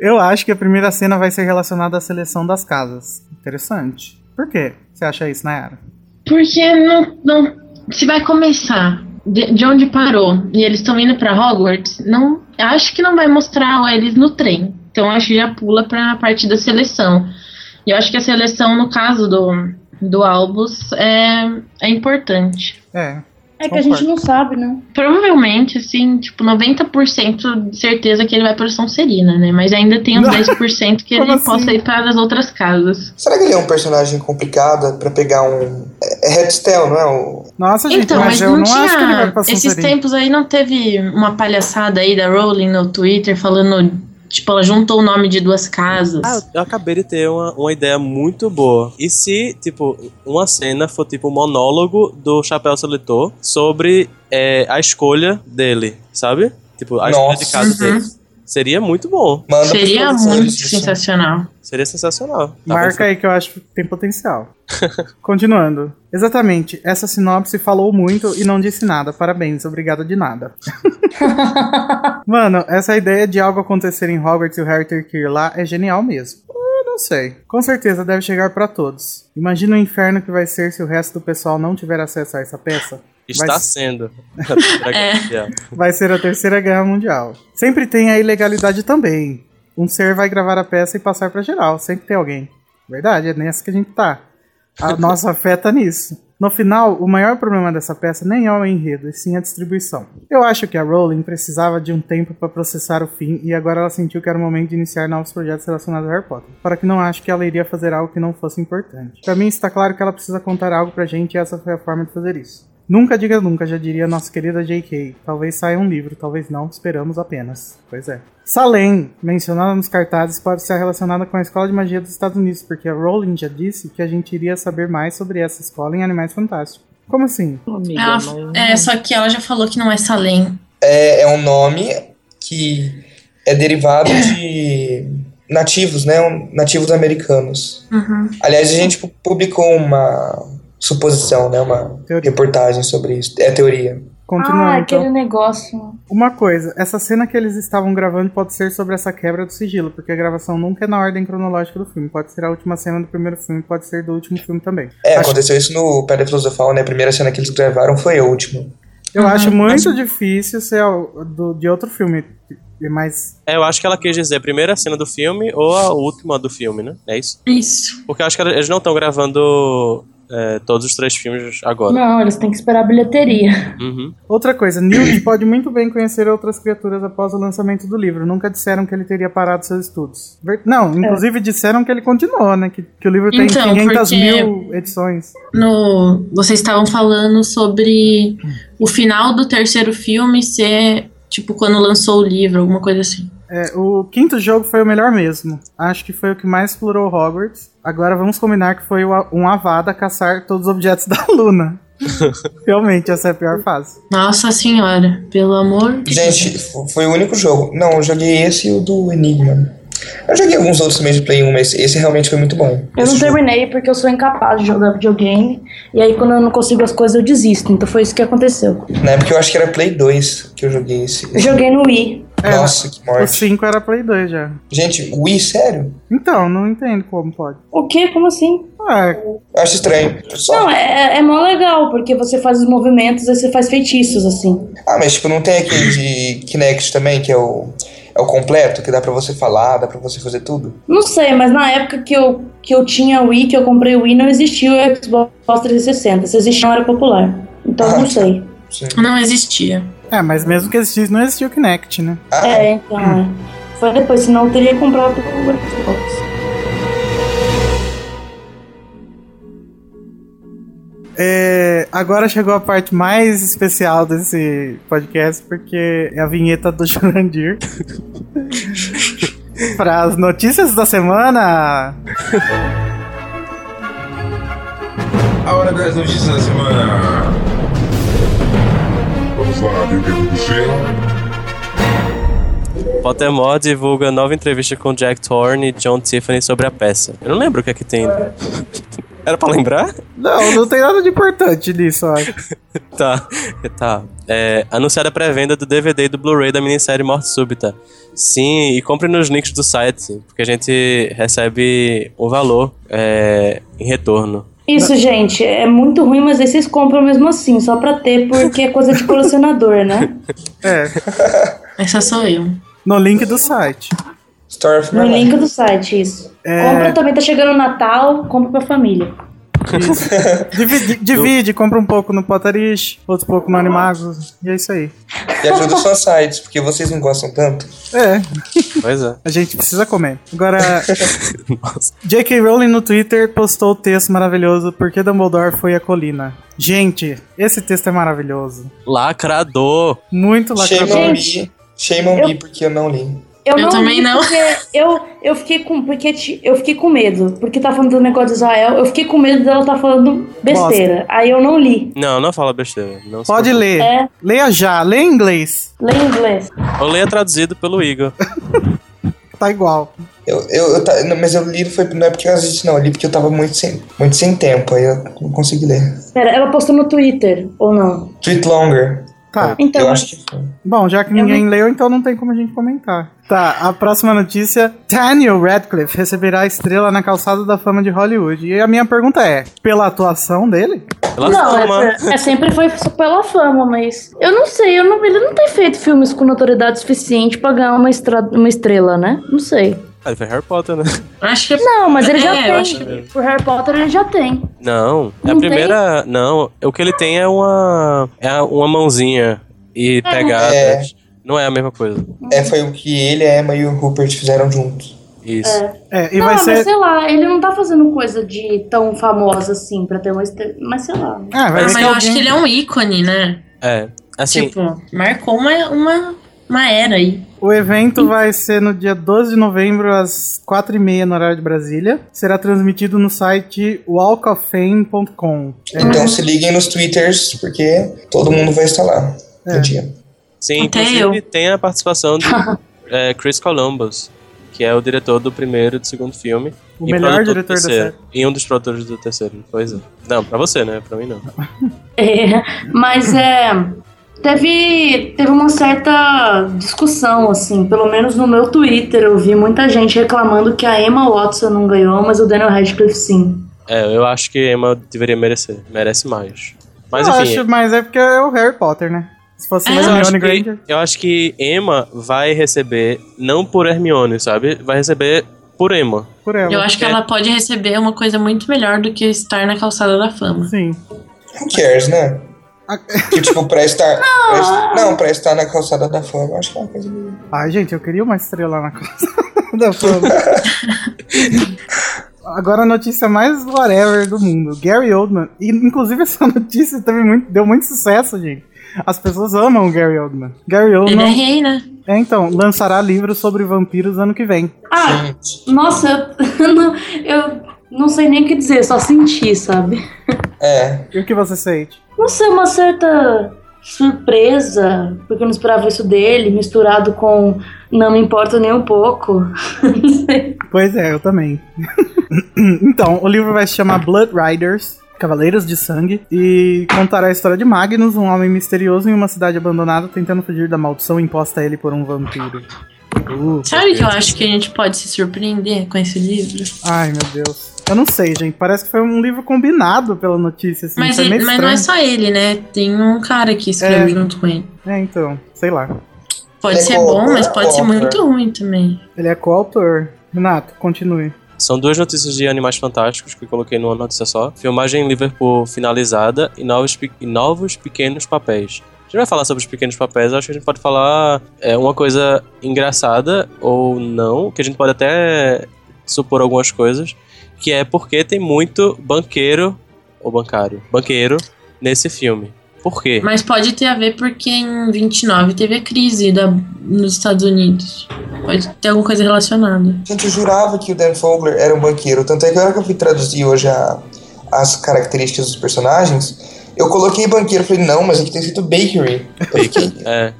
[SPEAKER 1] eu acho que a primeira cena vai ser relacionada à seleção das casas. Interessante. Por quê? Você acha isso, Nayara?
[SPEAKER 7] Porque não, não. Se vai começar de, de onde parou e eles estão indo pra Hogwarts, não acho que não vai mostrar eles no trem. Então acho que já pula pra parte da seleção. E eu acho que a seleção, no caso do, do Albus, é, é importante.
[SPEAKER 1] É.
[SPEAKER 4] É que a gente não sabe, né?
[SPEAKER 7] Provavelmente, assim, tipo, 90% de certeza que ele vai pra Sonserina, né? Mas ainda tem uns 10% que ele
[SPEAKER 1] Como assim?
[SPEAKER 7] possa ir para as outras casas.
[SPEAKER 6] Será que ele é um personagem complicado pra pegar um. É é Headstell, não é? O...
[SPEAKER 1] Nossa, gente,
[SPEAKER 7] Então,
[SPEAKER 1] mas,
[SPEAKER 7] mas,
[SPEAKER 1] eu
[SPEAKER 7] não,
[SPEAKER 1] não
[SPEAKER 7] tinha.
[SPEAKER 1] acho que ele vai pra
[SPEAKER 7] Esses
[SPEAKER 1] Sonserina.
[SPEAKER 7] tempos aí não teve uma palhaçada aí da Rowling no Twitter falando. Tipo, ela juntou o nome de duas casas.
[SPEAKER 2] Ah, eu acabei de ter uma, uma ideia muito boa. E se, tipo, uma cena for tipo um monólogo do Chapéu Seletor sobre é, a escolha dele, sabe? Tipo, a escolha de
[SPEAKER 6] Nossa.
[SPEAKER 2] casa
[SPEAKER 7] Uhum.
[SPEAKER 2] dele. Seria muito bom.
[SPEAKER 6] Manda pros assim.
[SPEAKER 7] Seria
[SPEAKER 6] produtores
[SPEAKER 7] muito
[SPEAKER 6] isso.
[SPEAKER 7] sensacional.
[SPEAKER 2] Seria sensacional. Tá
[SPEAKER 1] Marca aí que eu acho que tem potencial. Continuando. Exatamente, essa sinopse falou muito e não disse nada. Parabéns, obrigado de nada. Mano, essa ideia de algo acontecer em Hogwarts e o Harry ter que ir lá é genial mesmo. Eu não sei. Com certeza deve chegar pra todos. Imagina o inferno que vai ser se o resto do pessoal não tiver acesso a essa peça.
[SPEAKER 2] Está
[SPEAKER 1] Mas-
[SPEAKER 2] sendo. Pra
[SPEAKER 7] É.
[SPEAKER 2] garotear.
[SPEAKER 1] Vai ser a Terceira Guerra Mundial. Sempre tem a ilegalidade também. Um ser vai gravar a peça e passar pra geral. Sempre tem alguém. Verdade, é nessa que a gente tá. A nossa fé tá nisso.
[SPEAKER 9] No final, o maior problema dessa peça nem é o enredo, e sim a distribuição. Eu acho que a Rowling precisava de um tempo para processar o fim e agora ela sentiu que era o momento de iniciar novos projetos relacionados a Harry Potter. Para que não acho que ela iria fazer algo que não fosse importante. Para mim está claro que ela precisa contar algo pra gente e essa foi a forma de fazer isso. Nunca diga nunca, já diria nossa querida J.K. Talvez saia um livro, talvez não, esperamos apenas. Pois é. Salem, mencionada nos cartazes, pode estar relacionada com a Escola de Magia dos Estados Unidos, porque a Rowling já disse que a gente iria saber mais sobre essa escola em Animais Fantásticos. Como assim?
[SPEAKER 8] Amiga,
[SPEAKER 7] Ela-
[SPEAKER 8] mas-
[SPEAKER 7] é, só que ela já falou que não é Salem.
[SPEAKER 6] É, é um nome que é derivado de nativos, né? um- Nativos americanos.
[SPEAKER 4] Uhum.
[SPEAKER 6] Aliás, a gente pu- publicou uma suposição, né? Uma
[SPEAKER 9] Teoria.
[SPEAKER 6] reportagem sobre isso. É teoria.
[SPEAKER 9] Continuando,
[SPEAKER 4] ah,
[SPEAKER 9] então.
[SPEAKER 4] aquele negócio.
[SPEAKER 9] Uma coisa, essa cena que eles estavam gravando pode ser sobre essa quebra do sigilo, porque a gravação nunca é na ordem cronológica do filme. Pode ser a última cena do primeiro filme, pode ser do último filme também.
[SPEAKER 6] É,
[SPEAKER 9] Acho-
[SPEAKER 6] aconteceu isso no Pedra Filosofal, né? A primeira cena que eles gravaram foi a última.
[SPEAKER 9] Eu acho muito difícil ser ao- do- de outro filme, mas
[SPEAKER 2] É, eu acho que ela quis dizer a primeira cena do filme ou a última do filme, né? É isso?
[SPEAKER 7] Isso.
[SPEAKER 2] Porque eu acho que eles não estão gravando é, todos os três filmes agora.
[SPEAKER 4] Não, eles têm que esperar a bilheteria.
[SPEAKER 2] Uhum.
[SPEAKER 9] Outra coisa, Newt pode muito bem conhecer outras criaturas após o lançamento do livro. Nunca disseram que ele teria parado seus estudos. Ver- Não, inclusive disseram que ele continuou, né? Que, que o livro tem
[SPEAKER 7] Então,
[SPEAKER 9] 500
[SPEAKER 7] porque-
[SPEAKER 9] mil edições.
[SPEAKER 7] No, vocês estavam falando sobre o final do terceiro filme ser, tipo, quando lançou o livro, alguma coisa assim.
[SPEAKER 9] É, o quinto jogo foi o melhor mesmo. Acho que foi o que mais explorou Hogwarts. Agora vamos combinar que foi o a- um Avada caçar todos os objetos da Luna. Realmente, essa é a pior fase.
[SPEAKER 7] Nossa senhora, pelo amor de
[SPEAKER 6] Gente, f- foi o único jogo. Não, eu joguei esse e o do Enigma. Eu joguei alguns outros também de Play 1, mas esse realmente foi muito bom.
[SPEAKER 4] Eu
[SPEAKER 6] Esse
[SPEAKER 4] não
[SPEAKER 6] jogo.
[SPEAKER 4] terminei porque eu sou incapaz de jogar videogame. E aí, quando eu não consigo as coisas, eu desisto. Então foi isso que aconteceu.
[SPEAKER 6] Na época né? eu acho que era Play 2 que eu joguei esse.
[SPEAKER 4] Eu joguei no Wii.
[SPEAKER 9] É,
[SPEAKER 6] Nossa, que
[SPEAKER 9] O
[SPEAKER 6] morte.
[SPEAKER 9] 5 era Play 2 já.
[SPEAKER 6] Gente, Wii, sério?
[SPEAKER 9] Então, não entendo como pode.
[SPEAKER 4] O quê? Como assim?
[SPEAKER 9] Ah,
[SPEAKER 6] Eu acho estranho. Só-
[SPEAKER 4] Não, é, é mó legal, porque você faz os movimentos e você faz feitiços, assim.
[SPEAKER 6] Ah, mas tipo, não tem aquele de Kinect também, que é o, é o completo, que dá pra você falar, dá pra você fazer tudo?
[SPEAKER 4] Não sei, mas na época que eu, que eu tinha Wii, que eu comprei o Wii, não existia o Xbox 360. Se existia, não era popular. Então
[SPEAKER 6] Ah,
[SPEAKER 4] não sei.
[SPEAKER 6] Sim.
[SPEAKER 7] Deus. Não existia.
[SPEAKER 9] é, mas mesmo que existisse, não existia o Kinect, né?
[SPEAKER 6] Ah,
[SPEAKER 4] É, então. é. Foi depois, senão eu teria comprado o Xbox.
[SPEAKER 9] É, agora chegou a parte mais especial desse podcast, porque é a vinheta do Jurandir. Para as notícias da semana.
[SPEAKER 10] A hora das notícias da semana. Vamos lá, meu Deus do céu.
[SPEAKER 2] Pottermore divulga nova entrevista com Jack Thorne e John Tiffany sobre a peça. Eu não lembro o que é que tem. Era pra lembrar?
[SPEAKER 9] Não, não tem nada de importante nisso, eu acho.
[SPEAKER 2] Tá, tá. É, anunciada a pré-venda do DVD e do Blu-ray da minissérie Morte Súbita. Sim, e compre nos links do site, porque a gente recebe um valor é, em retorno.
[SPEAKER 4] Isso, gente, é muito ruim, mas aí vocês compram mesmo assim, só pra ter, porque é coisa de colecionador, né?
[SPEAKER 9] É,
[SPEAKER 7] Essa sou eu.
[SPEAKER 9] no link do site.
[SPEAKER 6] Story of
[SPEAKER 4] No
[SPEAKER 6] My Life.
[SPEAKER 4] link do site, isso. Compra também, tá chegando o Natal, compra pra família.
[SPEAKER 9] Divide, divide, compra um pouco no Potterish, outro pouco no Animagos, e é isso aí.
[SPEAKER 6] E ajuda os sites, porque vocês não gostam tanto.
[SPEAKER 9] É,
[SPEAKER 2] Pois é.
[SPEAKER 9] a gente precisa comer. Agora,
[SPEAKER 2] Nossa.
[SPEAKER 9] J.K. Rowling no Twitter postou o texto maravilhoso Por que Dumbledore foi à colina? Gente, esse texto é maravilhoso.
[SPEAKER 2] Lacrador!
[SPEAKER 9] Muito
[SPEAKER 6] Shame
[SPEAKER 9] lacrador.
[SPEAKER 6] on
[SPEAKER 4] Gente,
[SPEAKER 6] me. Shame on
[SPEAKER 4] eu-
[SPEAKER 6] me, porque eu não li.
[SPEAKER 4] Eu,
[SPEAKER 7] Eu
[SPEAKER 4] não
[SPEAKER 7] também
[SPEAKER 4] li
[SPEAKER 7] não.
[SPEAKER 4] porque Eu, eu, fiquei com, porque ti- eu fiquei com medo, porque tá falando do negócio de Israel, eu fiquei com medo dela tá falando besteira. Aí eu não li.
[SPEAKER 2] Não, não fala besteira. Não se
[SPEAKER 9] Pode ler.
[SPEAKER 4] É.
[SPEAKER 9] Leia já, leia em inglês.
[SPEAKER 4] Lê em inglês.
[SPEAKER 2] preocupe. Eu leio traduzido pelo Igor.
[SPEAKER 9] Tá igual.
[SPEAKER 6] Eu, eu, eu tá- não, mas eu li, não foi, não é porque eu assisti, não. Eu li porque eu tava muito sem, muito sem tempo, aí eu não consegui ler.
[SPEAKER 4] Pera, ela postou no Twitter, ou não?
[SPEAKER 6] Tweet Longer.
[SPEAKER 9] Tá.
[SPEAKER 4] Então,
[SPEAKER 6] eu acho que foi.
[SPEAKER 9] Bom, já que ninguém leu, então não tem como a gente comentar. Tá, a próxima notícia. Daniel Radcliffe receberá a estrela na calçada da fama de Hollywood. E a minha pergunta é: pela atuação dele?
[SPEAKER 2] Ela
[SPEAKER 4] não,
[SPEAKER 2] toma.
[SPEAKER 4] é, é, sempre foi só pela fama, mas. Eu não sei, eu não- ele não tem feito filmes com notoriedade suficiente pra ganhar uma, estra- uma estrela, né? Não sei.
[SPEAKER 2] Ah, ele foi Harry Potter, né?
[SPEAKER 7] Acho que
[SPEAKER 4] Não, mas ele já
[SPEAKER 7] É, eu acho
[SPEAKER 4] tem. O Harry Potter ele já tem.
[SPEAKER 2] Não, é a
[SPEAKER 4] Não
[SPEAKER 2] primeira. Não, o que ele tem é uma. É uma mãozinha e pegadas.
[SPEAKER 6] É.
[SPEAKER 2] Não é a mesma coisa.
[SPEAKER 6] É, foi o que ele, a Emma e o Rupert fizeram juntos.
[SPEAKER 2] Isso.
[SPEAKER 9] É, e
[SPEAKER 4] não,
[SPEAKER 9] vai
[SPEAKER 4] mas
[SPEAKER 9] ser.
[SPEAKER 4] sei lá, ele não tá fazendo coisa de tão famosa assim pra ter uma estrela. Mas sei lá.
[SPEAKER 9] Ah, vai
[SPEAKER 7] Ah,
[SPEAKER 9] ser
[SPEAKER 7] mas
[SPEAKER 9] que
[SPEAKER 7] eu acho
[SPEAKER 9] alguém-
[SPEAKER 7] que ele é um ícone, né?
[SPEAKER 2] É. Assim,
[SPEAKER 7] Tipo, marcou uma, uma, uma era aí.
[SPEAKER 9] O evento vai ser no dia 12 de novembro, às 4h30 no horário de Brasília. Será transmitido no site walkoffame.com.
[SPEAKER 6] Então se liguem nos twitters, porque todo mundo vai estar lá
[SPEAKER 9] É.
[SPEAKER 6] no dia.
[SPEAKER 2] sim,
[SPEAKER 7] Até
[SPEAKER 2] inclusive tem a participação de é, Chris Columbus, que é o diretor do primeiro e do segundo filme.
[SPEAKER 9] O
[SPEAKER 2] e
[SPEAKER 9] melhor
[SPEAKER 2] produtor do
[SPEAKER 9] diretor da
[SPEAKER 2] terceiro. E um dos produtores do terceiro, pois é. Não, pra você, né? Pra mim não.
[SPEAKER 4] É, mas é. Teve, teve uma certa discussão, assim, pelo menos no meu Twitter eu vi muita gente reclamando que a Emma Watson não ganhou, mas o Daniel Radcliffe sim.
[SPEAKER 2] É, eu acho que Emma deveria merecer. Merece mais. Mas
[SPEAKER 9] eu
[SPEAKER 2] enfim.
[SPEAKER 9] acho, mas é porque é o Harry Potter, né? Se fosse
[SPEAKER 7] É.
[SPEAKER 9] o
[SPEAKER 2] Mas Ah, eu, acho
[SPEAKER 9] Hermione
[SPEAKER 2] que,
[SPEAKER 9] Granger.
[SPEAKER 2] eu acho que Emma vai receber, não por Hermione, sabe? Vai receber por Emma.
[SPEAKER 9] Por ela.
[SPEAKER 7] Eu acho que
[SPEAKER 2] É.
[SPEAKER 7] ela pode receber uma coisa muito melhor do que estar na calçada da fama.
[SPEAKER 9] Sim.
[SPEAKER 6] Who cares, né? Que tipo, pra estar. pra
[SPEAKER 9] Ah.
[SPEAKER 6] es- não, pra estar na calçada da fama, eu acho que é uma coisa meio.
[SPEAKER 9] Ai, gente, eu queria uma estrela na casa da fama. Agora a notícia mais whatever do mundo. Gary Oldman. E, inclusive essa notícia teve muito, deu muito sucesso, gente. As pessoas amam o Gary Oldman. Gary
[SPEAKER 7] Ele é
[SPEAKER 9] Oldman,
[SPEAKER 7] rei, né?
[SPEAKER 9] é, então, lançará livro sobre vampiros ano que vem.
[SPEAKER 4] Ah, nossa, eu não, eu não sei nem o que dizer, só senti, sabe?
[SPEAKER 6] É.
[SPEAKER 9] E o que você sente?
[SPEAKER 4] não sei, uma certa surpresa, porque eu não esperava isso dele, misturado com não me importa nem um pouco. Não sei.
[SPEAKER 9] Pois é, eu também. então, o livro vai se chamar Blood Riders. Cavaleiros de Sangue, e contará a história de Magnus, um homem misterioso em uma cidade abandonada tentando fugir da maldição imposta a ele por um vampiro. Uh.
[SPEAKER 7] Sabe que eu acho que a gente pode se surpreender com esse livro?
[SPEAKER 9] um- Ai, meu Deus. Eu não sei, gente. Parece que foi um livro combinado pela notícia, assim.
[SPEAKER 7] Mas,
[SPEAKER 9] foi
[SPEAKER 7] ele-
[SPEAKER 9] meio
[SPEAKER 7] mas não é
[SPEAKER 9] estranho.
[SPEAKER 7] só ele, né? Tem um cara que escreve
[SPEAKER 9] É.
[SPEAKER 7] junto com ele.
[SPEAKER 9] É, então, sei lá.
[SPEAKER 7] Pode
[SPEAKER 6] Ele é
[SPEAKER 7] ser
[SPEAKER 6] co-
[SPEAKER 7] bom, mas
[SPEAKER 6] é
[SPEAKER 7] pode ser
[SPEAKER 6] co-autor.
[SPEAKER 7] muito ruim também.
[SPEAKER 9] Ele é coautor. Renato, continue.
[SPEAKER 2] São duas notícias de Animais Fantásticos que eu coloquei numa notícia só. Filmagem em Liverpool finalizada e novos, pe- e novos pequenos papéis. A gente vai falar sobre os pequenos papéis, eu acho que a gente pode falar é, uma coisa engraçada ou não, que a gente pode até supor algumas coisas, que é porque tem muito banqueiro, ou bancário, banqueiro nesse filme. Por quê?
[SPEAKER 7] Mas pode ter a ver porque em 29 teve a crise da, nos Estados Unidos. Pode ter alguma coisa relacionada.
[SPEAKER 6] Gente, eu jurava que o Dan Fogler era um banqueiro. Tanto é que na hora que eu fui traduzir hoje a- as características dos personagens, eu coloquei banqueiro. Falei, não, mas aqui tem escrito bakery. Eu fiquei,
[SPEAKER 2] É.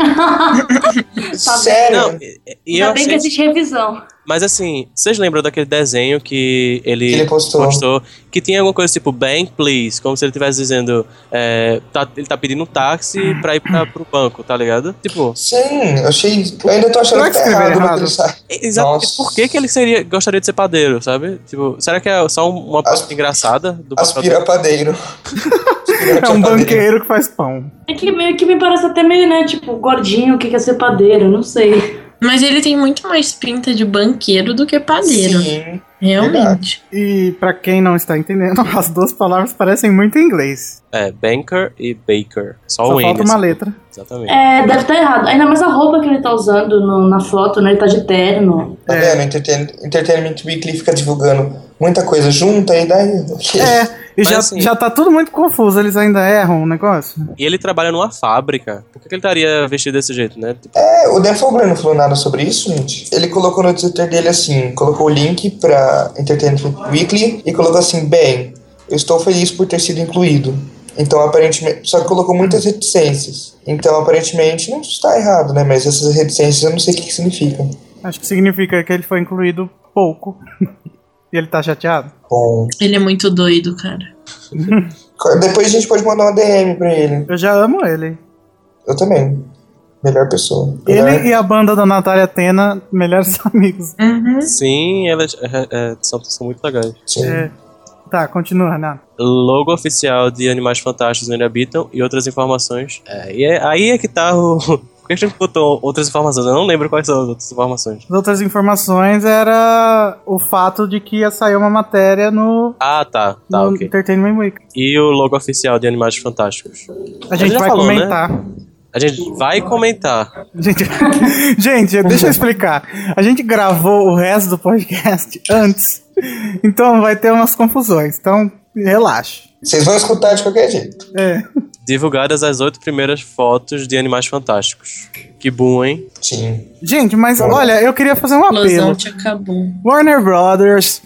[SPEAKER 6] Sério?
[SPEAKER 2] Não, e- e eu
[SPEAKER 4] é. Ainda bem
[SPEAKER 2] achei
[SPEAKER 4] que existe revisão.
[SPEAKER 2] Mas assim, vocês lembram daquele desenho que ele,
[SPEAKER 6] Que ele postou.
[SPEAKER 2] Que tinha alguma coisa tipo bank, please, como se ele estivesse dizendo. é, tá- ele tá pedindo um táxi pra ir pra, pro banco, tá ligado? Tipo,
[SPEAKER 6] Sim, eu achei. Eu ainda tô
[SPEAKER 9] Será
[SPEAKER 6] achando
[SPEAKER 9] que
[SPEAKER 6] que tá
[SPEAKER 9] escreveram
[SPEAKER 6] errado,
[SPEAKER 9] errado?
[SPEAKER 6] no site.
[SPEAKER 2] e- exatamente
[SPEAKER 6] Nossa.
[SPEAKER 2] por que, que ele seria, gostaria de ser padeiro, sabe? Tipo, será que é só um- uma parte
[SPEAKER 6] As-
[SPEAKER 2] engraçada do papel dele?
[SPEAKER 6] Aspirapadeiro.
[SPEAKER 9] É um banqueiro que faz pão.
[SPEAKER 4] É que meio que me parece até meio, né, tipo, gordinho, o que quer ser padeiro, não sei.
[SPEAKER 7] Mas ele tem muito mais pinta de banqueiro do que padeiro.
[SPEAKER 6] Sim.
[SPEAKER 7] realmente.
[SPEAKER 9] E pra quem não está entendendo, as duas palavras parecem muito em inglês.
[SPEAKER 2] É, banker e baker. Só,
[SPEAKER 9] Só
[SPEAKER 2] o
[SPEAKER 9] falta
[SPEAKER 2] N.
[SPEAKER 9] uma
[SPEAKER 2] assim.
[SPEAKER 9] letra.
[SPEAKER 2] Exatamente.
[SPEAKER 4] É, deve estar errado. Ainda mais a roupa que ele tá usando no- na foto, né? Ele tá de terno.
[SPEAKER 6] Tá
[SPEAKER 9] É.
[SPEAKER 6] vendo? Entertain- Entertainment Weekly fica divulgando muita coisa junta e daí.
[SPEAKER 9] É, e
[SPEAKER 2] Mas
[SPEAKER 9] já,
[SPEAKER 2] assim-
[SPEAKER 9] já tá tudo muito confuso. Eles ainda erram o negócio.
[SPEAKER 2] E ele trabalha numa fábrica. Por que, que ele estaria vestido desse jeito, né? Tipo,
[SPEAKER 6] É, o Dan Fogler não falou nada sobre isso, gente. Ele colocou no Twitter dele assim, colocou o link pra Entertainment Weekly e colocou assim, bem, eu estou feliz por ter sido incluído. Então, aparentemente, só que colocou muitas reticências. Então, aparentemente, não está errado, né? Mas essas reticências eu não sei o que, que significam.
[SPEAKER 9] Acho que significa que ele foi incluído pouco. e ele tá chateado?
[SPEAKER 6] Bom,
[SPEAKER 7] Ele é muito doido, cara.
[SPEAKER 6] depois a gente pode mandar uma DM pra ele.
[SPEAKER 9] Eu já amo ele.
[SPEAKER 6] Eu também. Melhor pessoa. Melhor-
[SPEAKER 2] É.
[SPEAKER 9] Ele é- e a banda da Natália Atena, melhores amigos.
[SPEAKER 6] É.
[SPEAKER 2] sim, elas é, é, são, são muito legais.
[SPEAKER 6] Sim.
[SPEAKER 9] É. Tá, continua,
[SPEAKER 1] né?
[SPEAKER 9] Renato.
[SPEAKER 2] logo oficial de Animais Fantásticos Onde Habitam e outras informações. É, e é- aí é que tá o, Por que a gente botou outras informações? Eu não lembro quais são as outras informações.
[SPEAKER 1] As outras informações era o fato de que ia sair uma matéria no,
[SPEAKER 2] Ah, tá. Tá,
[SPEAKER 1] no
[SPEAKER 2] ok.
[SPEAKER 1] Entertainment Week.
[SPEAKER 2] E o logo oficial de Animais Fantásticos.
[SPEAKER 1] A gente
[SPEAKER 2] já
[SPEAKER 1] vai
[SPEAKER 2] falou, né?
[SPEAKER 1] comentar.
[SPEAKER 2] A gente vai comentar.
[SPEAKER 1] Gente, gente, deixa eu explicar. A gente gravou o resto do podcast antes, então vai ter umas confusões. Então, relaxa.
[SPEAKER 6] Vocês vão escutar de qualquer jeito.
[SPEAKER 1] É.
[SPEAKER 2] Divulgadas as oito primeiras fotos de Animais Fantásticos. Que bom, hein?
[SPEAKER 6] Sim.
[SPEAKER 1] Gente, mas olha, eu queria fazer um apelo.
[SPEAKER 7] Explosão te acabou.
[SPEAKER 1] Warner Brothers,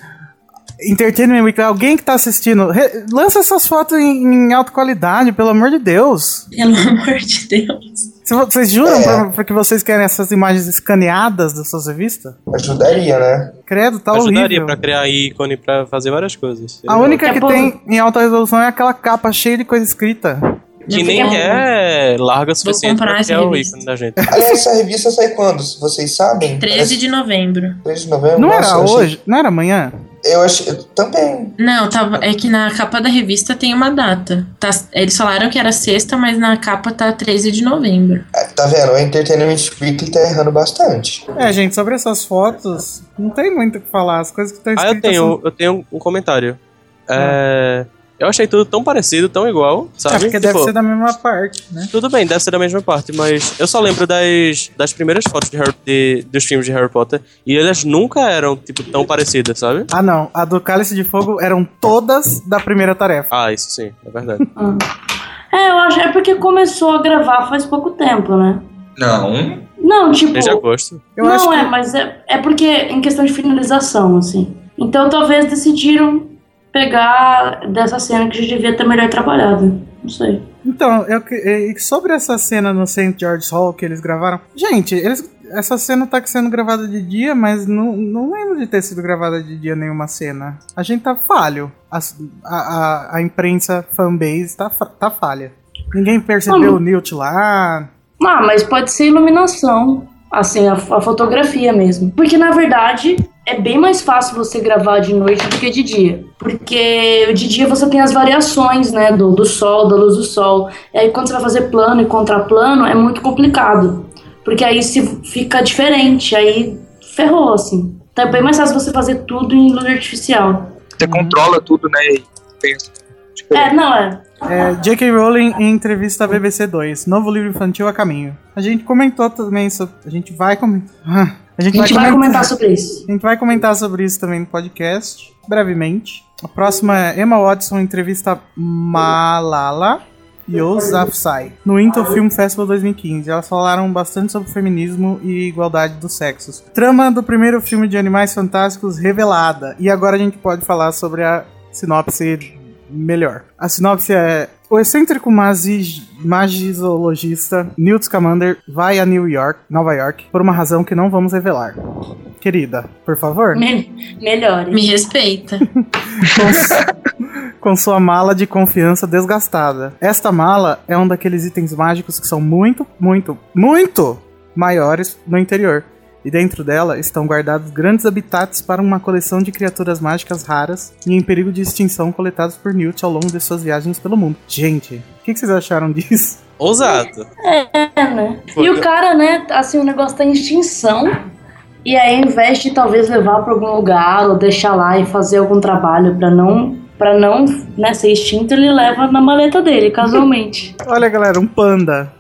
[SPEAKER 1] Entertainment Weekly, alguém que tá assistindo, re- lança essas fotos em, em alta qualidade, pelo amor de Deus.
[SPEAKER 7] Pelo amor de Deus.
[SPEAKER 1] Se vo- Vocês juram
[SPEAKER 6] É.
[SPEAKER 1] pra, pra que vocês querem essas imagens escaneadas das suas revistas?
[SPEAKER 6] Ajudaria, né?
[SPEAKER 1] Credo, tá
[SPEAKER 2] Ajudaria
[SPEAKER 1] horrível.
[SPEAKER 2] pra criar ícone pra fazer várias coisas.
[SPEAKER 1] A
[SPEAKER 2] Seria
[SPEAKER 1] única que
[SPEAKER 4] Acabou.
[SPEAKER 1] tem em alta resolução é aquela capa cheia de coisa escrita.
[SPEAKER 2] ótimo. Que nem é larga o suficiente
[SPEAKER 7] comprar
[SPEAKER 2] pra
[SPEAKER 7] essa
[SPEAKER 2] criar o
[SPEAKER 7] revista.
[SPEAKER 2] ícone da gente.
[SPEAKER 6] Aliás, essa revista sai quando? Vocês sabem?
[SPEAKER 7] 13 de novembro.
[SPEAKER 6] Parece 13 de novembro?
[SPEAKER 1] Não
[SPEAKER 6] Nossa,
[SPEAKER 1] era
[SPEAKER 6] eu achei-
[SPEAKER 1] hoje? Não era amanhã?
[SPEAKER 6] Eu achei. eu Também.
[SPEAKER 7] Não, tava, é que na capa da revista tem uma data. Tá- eles falaram que era sexta, mas na capa tá 13 de novembro.
[SPEAKER 6] Ah, Tá vendo? O Entertainment Weekly tá errando bastante.
[SPEAKER 1] É, gente, sobre essas fotos, não tem muito o que falar. As coisas que estão
[SPEAKER 2] Ah,
[SPEAKER 1] escritas.
[SPEAKER 2] eu tenho, eu tenho um comentário.
[SPEAKER 1] Ah.
[SPEAKER 2] É, Eu achei tudo tão parecido, tão igual,
[SPEAKER 1] são-
[SPEAKER 2] sabe?
[SPEAKER 1] É porque
[SPEAKER 2] Tipo,
[SPEAKER 1] deve ser da mesma parte, né?
[SPEAKER 2] Tudo bem, deve ser da mesma parte, mas eu só lembro das, das primeiras fotos de Harry, de- dos filmes de Harry Potter e elas nunca eram, tipo, tão parecidas, sabe?
[SPEAKER 1] Ah, não. A do Cálice de Fogo eram todas da primeira tarefa.
[SPEAKER 2] Ah, isso sim, é verdade.
[SPEAKER 4] É, eu acho. É porque começou a gravar faz pouco tempo, né?
[SPEAKER 11] Não.
[SPEAKER 4] Não, tipo.
[SPEAKER 2] Desde agosto.
[SPEAKER 1] Eu
[SPEAKER 4] não
[SPEAKER 1] acho que
[SPEAKER 4] é, mas é, é porque em questão de finalização, assim. Então talvez decidiram pegar dessa cena que já devia ter melhor trabalhado. Não sei.
[SPEAKER 1] Então, eu, que- e- e sobre essa cena no St. George's Hall que eles gravaram. Gente, eles- essa cena tá sendo gravada de dia, mas não, não lembro de ter sido gravada de dia nenhuma cena. A gente tá falho. As- A, a, a imprensa fanbase tá, fa- tá falha. Ninguém percebeu
[SPEAKER 4] Como?
[SPEAKER 1] o Newt lá.
[SPEAKER 4] Ah, mas pode ser iluminação. Assim, a, a fotografia mesmo. Porque, na verdade, é bem mais fácil você gravar de noite do que de dia. Porque de dia você tem as variações, né? Do, do sol, da luz do sol. E aí, quando você vai fazer plano e contraplano, é muito complicado. Porque aí se fica diferente. Aí ferrou, assim. Então é bem mais fácil você fazer tudo em luz artificial.
[SPEAKER 11] Você controla tudo, né? E pensa.
[SPEAKER 4] É, não, é.
[SPEAKER 1] É, J.K. Rowling em entrevista à BBC 2. Novo livro infantil a caminho. A gente comentou também sobre. A gente vai comentar. A
[SPEAKER 4] A
[SPEAKER 1] gente,
[SPEAKER 4] gente vai
[SPEAKER 1] comentar.
[SPEAKER 4] comentar sobre isso.
[SPEAKER 1] A gente vai comentar sobre isso também no podcast, brevemente. A próxima é Emma Watson entrevista Malala Yousafzai no Intel Film Festival 2015. Elas falaram bastante sobre feminismo e igualdade dos sexos. Trama do primeiro filme de Animais Fantásticos revelada. E agora a gente pode falar sobre a sinopse melhor. A sinopse é: o excêntrico magi magizoologista Newt Scamander vai a New York, Nova York, por uma razão que não vamos revelar. Querida, por favor,
[SPEAKER 4] Me melhores.
[SPEAKER 7] Me respeita.
[SPEAKER 1] com sua mala de confiança desgastada. Esta mala é um daqueles itens mágicos que são muito, muito, muito maiores no interior. E dentro dela estão guardados grandes habitats para uma coleção de criaturas mágicas raras e em perigo de extinção coletados por Newt ao longo de suas viagens pelo mundo. Gente, o que, que vocês acharam disso?
[SPEAKER 2] Ousado.
[SPEAKER 4] É, né? E o cara, né, assim, o negócio tá em extinção. E aí, ao invés de talvez levar pra algum lugar ou deixar lá e fazer algum trabalho pra não, pra não né, ser extinto, ele leva na maleta dele, casualmente.
[SPEAKER 1] Olha, galera, um panda.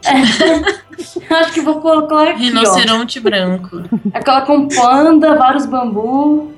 [SPEAKER 4] Acho que vou colocar aqui, ó.
[SPEAKER 7] Rinoceronte branco.
[SPEAKER 4] Aí coloca um panda, vários bambu.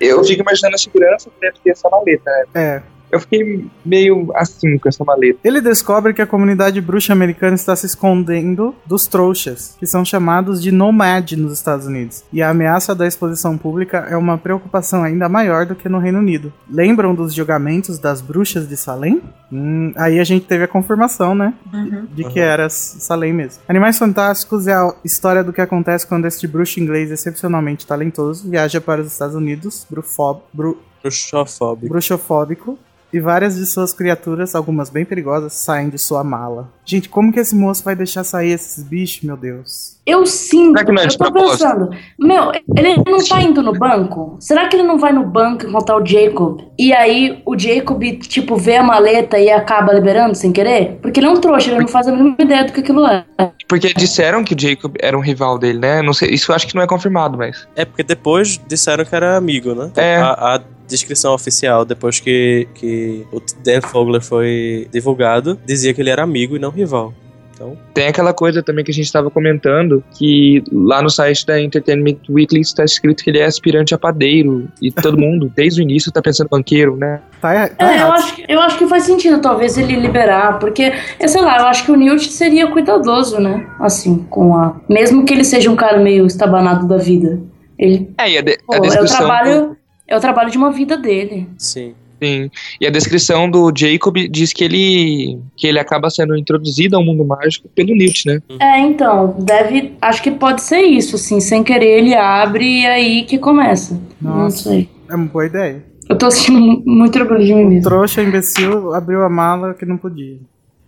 [SPEAKER 11] Eu fico imaginando a segurança que deve ter essa maleta, né?
[SPEAKER 1] É.
[SPEAKER 11] Eu fiquei meio assim com essa maleta.
[SPEAKER 1] Ele descobre que a comunidade bruxa americana está se escondendo dos trouxas, que são chamados de nomad nos Estados Unidos. E a ameaça da exposição pública é uma preocupação ainda maior do que no Reino Unido. Lembram dos julgamentos das bruxas de Salem? Hum, aí a gente teve a confirmação, né?
[SPEAKER 7] Uhum.
[SPEAKER 1] de que era S- Salem mesmo. Animais Fantásticos é a história do que acontece quando este bruxo inglês excepcionalmente talentoso viaja para os Estados Unidos, brufo- bru-
[SPEAKER 2] Bruxofóbico.
[SPEAKER 1] bruxofóbico,
[SPEAKER 9] E várias de suas criaturas, algumas bem perigosas, saem de sua mala. Gente, como que esse moço vai deixar sair esses bichos, meu Deus?
[SPEAKER 4] Eu sinto,
[SPEAKER 9] Será que não é de
[SPEAKER 4] eu tô
[SPEAKER 9] propósito?
[SPEAKER 4] pensando, meu, ele não tá indo no banco? Será que ele não vai no banco encontrar o Jacob? E aí o Jacob, tipo, vê a maleta e acaba liberando sem querer? Porque ele é um trouxa, ele não faz a mínima ideia do que aquilo é.
[SPEAKER 6] Porque disseram que o Jacob era um rival dele, né? Não sei, isso eu acho que não é confirmado, mas.
[SPEAKER 2] É porque depois disseram que era amigo, né?
[SPEAKER 1] É.
[SPEAKER 2] A, a descrição oficial, depois que, que o Dan Fogler foi divulgado, dizia que ele era amigo e não rival. Então,
[SPEAKER 6] Tem aquela coisa também que a gente estava comentando, que lá no site da Entertainment Weekly está escrito que ele é aspirante a padeiro. E todo mundo, desde o início, tá pensando banqueiro, né?
[SPEAKER 9] Tá,
[SPEAKER 4] É, eu acho, que- eu acho que faz sentido, talvez, ele liberar, porque, eu sei lá, eu acho que o Newt seria cuidadoso, né? Assim, com a. Mesmo que ele seja um cara meio estabanado da vida. Ele.
[SPEAKER 6] É, e a, de-
[SPEAKER 4] Pô,
[SPEAKER 6] a
[SPEAKER 4] é o
[SPEAKER 6] descrição.
[SPEAKER 4] trabalho. É o trabalho de uma vida dele.
[SPEAKER 2] Sim.
[SPEAKER 6] Sim. E a descrição do Jacob diz que ele que ele acaba sendo introduzido ao mundo mágico pelo Newt, né?
[SPEAKER 4] É, então, deve. Acho que pode ser isso, assim, sem querer ele abre e é aí que começa. Não
[SPEAKER 9] Nossa,
[SPEAKER 4] sei.
[SPEAKER 9] é uma boa ideia.
[SPEAKER 4] Eu tô sentindo mu- muito orgulho de mim mesmo.
[SPEAKER 9] Trouxa imbecil abriu a mala que não podia.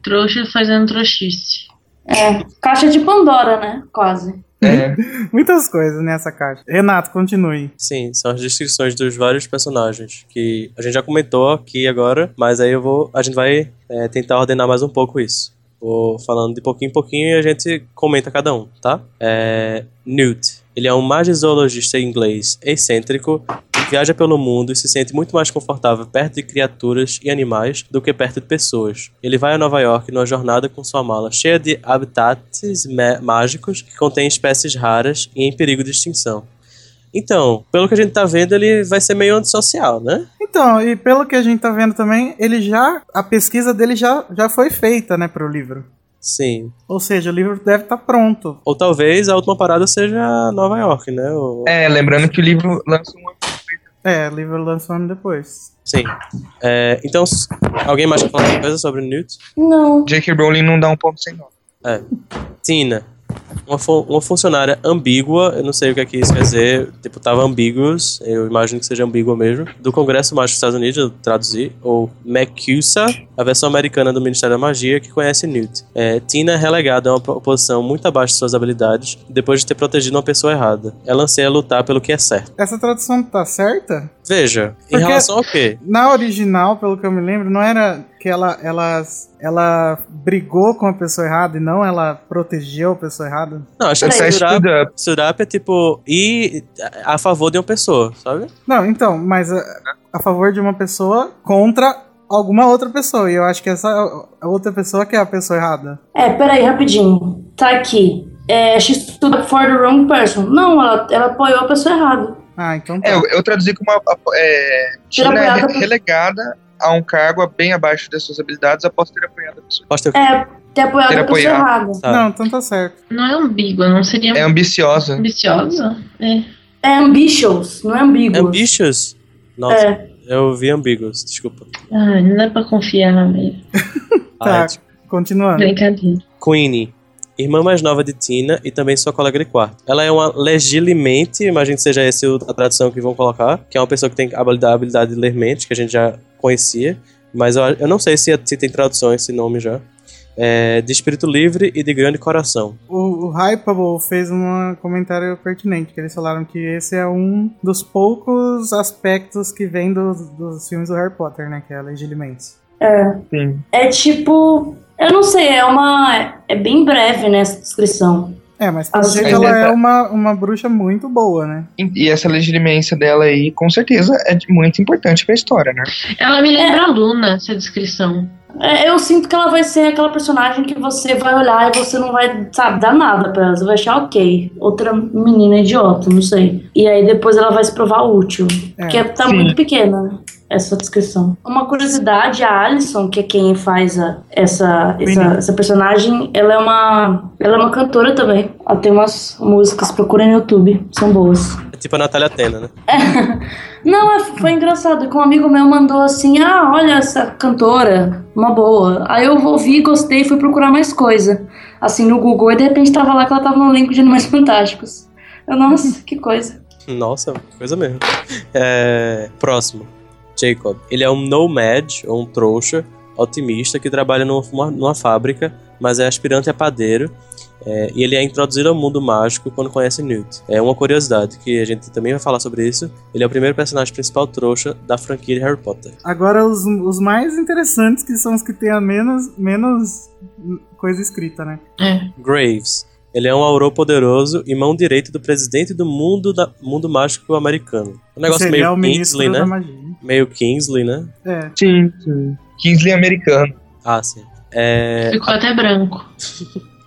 [SPEAKER 7] Trouxa fazendo trouxice.
[SPEAKER 4] É, caixa de Pandora, né? Quase.
[SPEAKER 6] É.
[SPEAKER 9] Muitas coisas nessa caixa. Renato, continue.
[SPEAKER 2] Sim, são as descrições dos vários personagens que a gente já comentou aqui agora, mas aí eu vou, a gente vai é, tentar ordenar mais um pouco isso. Vou falando de pouquinho em pouquinho e a gente comenta cada um, tá? É, Newt, ele é um magizoologista inglês excêntrico que viaja pelo mundo e se sente muito mais confortável perto de criaturas e animais do que perto de pessoas. Ele vai a Nova York numa jornada com sua mala cheia de habitats ma- mágicos que contêm espécies raras e em perigo de extinção. Então, pelo que a gente tá vendo, ele vai ser meio antissocial, né?
[SPEAKER 9] Então, e pelo que a gente tá vendo também, ele já. A pesquisa dele já, já foi feita, né, pro livro.
[SPEAKER 2] Sim.
[SPEAKER 9] Ou seja, o livro deve estar pronto.
[SPEAKER 2] Ou talvez a última parada seja Nova York, né? Ou-
[SPEAKER 6] É, lembrando que o livro lança um
[SPEAKER 9] É, o livro lança um ano depois.
[SPEAKER 2] Sim. É, então, s- alguém mais quer falar alguma coisa sobre o Newt?
[SPEAKER 4] Não.
[SPEAKER 6] J.K. Rowling não dá um ponto sem nota.
[SPEAKER 2] É. Tina. Uma, fu- uma funcionária ambígua, eu não sei o que, é que isso quer dizer, tipo, tava ambíguos, eu imagino que seja ambígua mesmo, do Congresso Mágico dos Estados Unidos, eu traduzi, ou MACUSA, a versão americana do Ministério da Magia, que conhece Newt. É, Tina é relegada a uma po- posição muito abaixo de suas habilidades, depois de ter protegido uma pessoa errada. Ela anseia lutar pelo que é certo.
[SPEAKER 9] Essa tradução tá certa?
[SPEAKER 2] Veja, em
[SPEAKER 9] Porque-
[SPEAKER 2] relação ao quê?
[SPEAKER 9] Na original, pelo que eu me lembro, não era que ela, ela, ela brigou com a pessoa errada e não ela protegeu a pessoa errada?
[SPEAKER 2] Não, acho que
[SPEAKER 9] Peraí.
[SPEAKER 2] Surap, Surap é tipo ir a a favor de uma pessoa, sabe?
[SPEAKER 9] Não, então, mas a, a favor de uma pessoa contra alguma outra pessoa. E eu acho que essa a outra pessoa que é a pessoa errada.
[SPEAKER 4] É, peraí, rapidinho. Tá aqui. É, she stood up for the wrong person. Não, ela, ela apoiou a pessoa errada.
[SPEAKER 9] Ah, então
[SPEAKER 6] É, eu, eu traduzi como uma. É,
[SPEAKER 4] Tira
[SPEAKER 6] Tina é
[SPEAKER 4] apoiada
[SPEAKER 6] re-
[SPEAKER 4] por-
[SPEAKER 6] relegada a um cargo bem abaixo das suas habilidades após ter apoiado a pessoa.
[SPEAKER 2] Após ter
[SPEAKER 4] É, ter apoiado
[SPEAKER 6] Ter
[SPEAKER 4] a pessoa
[SPEAKER 6] apoiado.
[SPEAKER 4] errada.
[SPEAKER 2] Tá.
[SPEAKER 9] Não, então tá certo.
[SPEAKER 7] Não é ambígua, não seria um
[SPEAKER 6] É ambiciosa.
[SPEAKER 7] ambiciosa? É.
[SPEAKER 4] É ambitious, não é ambíguo.
[SPEAKER 2] Ambitious? Nossa,
[SPEAKER 4] É.
[SPEAKER 2] eu vi ambíguos, desculpa.
[SPEAKER 7] Ah, não dá pra confiar na minha.
[SPEAKER 2] Ah, é,
[SPEAKER 9] Tá, continuando.
[SPEAKER 7] Brincadeira.
[SPEAKER 2] Queenie, irmã mais nova de Tina e também sua colega de quarto. Ela é uma legilimente, imagino que seja essa a tradução que vão colocar, que é uma pessoa que tem a habilidade, a habilidade de ler mente, que a gente já conhecia, mas eu, eu não sei se, se tem tradução esse nome já. É, de espírito livre e de grande coração.
[SPEAKER 9] O, o Hypable fez um comentário pertinente, que eles falaram que esse é um dos poucos aspectos que vem dos, dos filmes do Harry Potter, né? Que é a legilimens.
[SPEAKER 4] É.
[SPEAKER 6] Sim.
[SPEAKER 4] É tipo. Eu não sei, é uma. É bem breve, né, essa descrição.
[SPEAKER 9] É, mas pelo
[SPEAKER 4] As-
[SPEAKER 9] jeito
[SPEAKER 6] Mas
[SPEAKER 9] ela
[SPEAKER 6] essa-
[SPEAKER 9] é uma, uma bruxa muito boa, né?
[SPEAKER 6] E e essa legitimência dela aí, com certeza, é de- muito importante pra história, né?
[SPEAKER 7] Ela me lembra a Luna, essa descrição.
[SPEAKER 4] É, eu sinto que ela vai ser aquela personagem que você vai olhar e você não vai, sabe, dar nada pra ela. Você vai achar ok. Outra menina idiota, não sei. E aí depois ela vai se provar útil.
[SPEAKER 9] É,
[SPEAKER 4] porque tá
[SPEAKER 6] sim.
[SPEAKER 4] muito pequena essa descrição. Uma curiosidade, a Alison, que é quem faz a- essa, essa,
[SPEAKER 9] Menina.
[SPEAKER 4] essa personagem, ela é uma. Ela é uma cantora também. Ela tem umas músicas, procura no YouTube, são boas.
[SPEAKER 2] É tipo a Natália Atena, né?
[SPEAKER 4] Não, é- foi engraçado que um amigo meu mandou assim: ah, olha essa cantora, uma boa. Aí eu ouvi, gostei, fui procurar mais coisa, assim, no Google. E de repente tava lá que ela tava no elenco de Animais Fantásticos. Eu, nossa, que coisa.
[SPEAKER 2] Nossa, coisa mesmo. É, próximo. Jacob. Ele é um nomad, ou um trouxa, otimista, que trabalha numa, numa fábrica, mas é aspirante a padeiro. É, e ele é introduzido ao mundo mágico quando conhece Newt. É uma curiosidade que a gente também vai falar sobre isso. Ele é o primeiro personagem principal trouxa da franquia de Harry Potter.
[SPEAKER 1] Agora, os, os mais interessantes, que são os que têm a menos, menos coisa escrita, né?
[SPEAKER 7] É.
[SPEAKER 2] Graves. Ele é um auror poderoso e mão direita do presidente do mundo, da, mundo mágico americano. Um negócio
[SPEAKER 1] Seria
[SPEAKER 2] meio
[SPEAKER 1] é o ministro
[SPEAKER 2] Kingsley,
[SPEAKER 1] da
[SPEAKER 2] né?
[SPEAKER 1] magia.
[SPEAKER 2] Meio Kingsley, né?
[SPEAKER 1] É.
[SPEAKER 5] Sim, sim.
[SPEAKER 6] Kingsley americano.
[SPEAKER 2] Ah, sim. É,
[SPEAKER 7] Ficou até branco.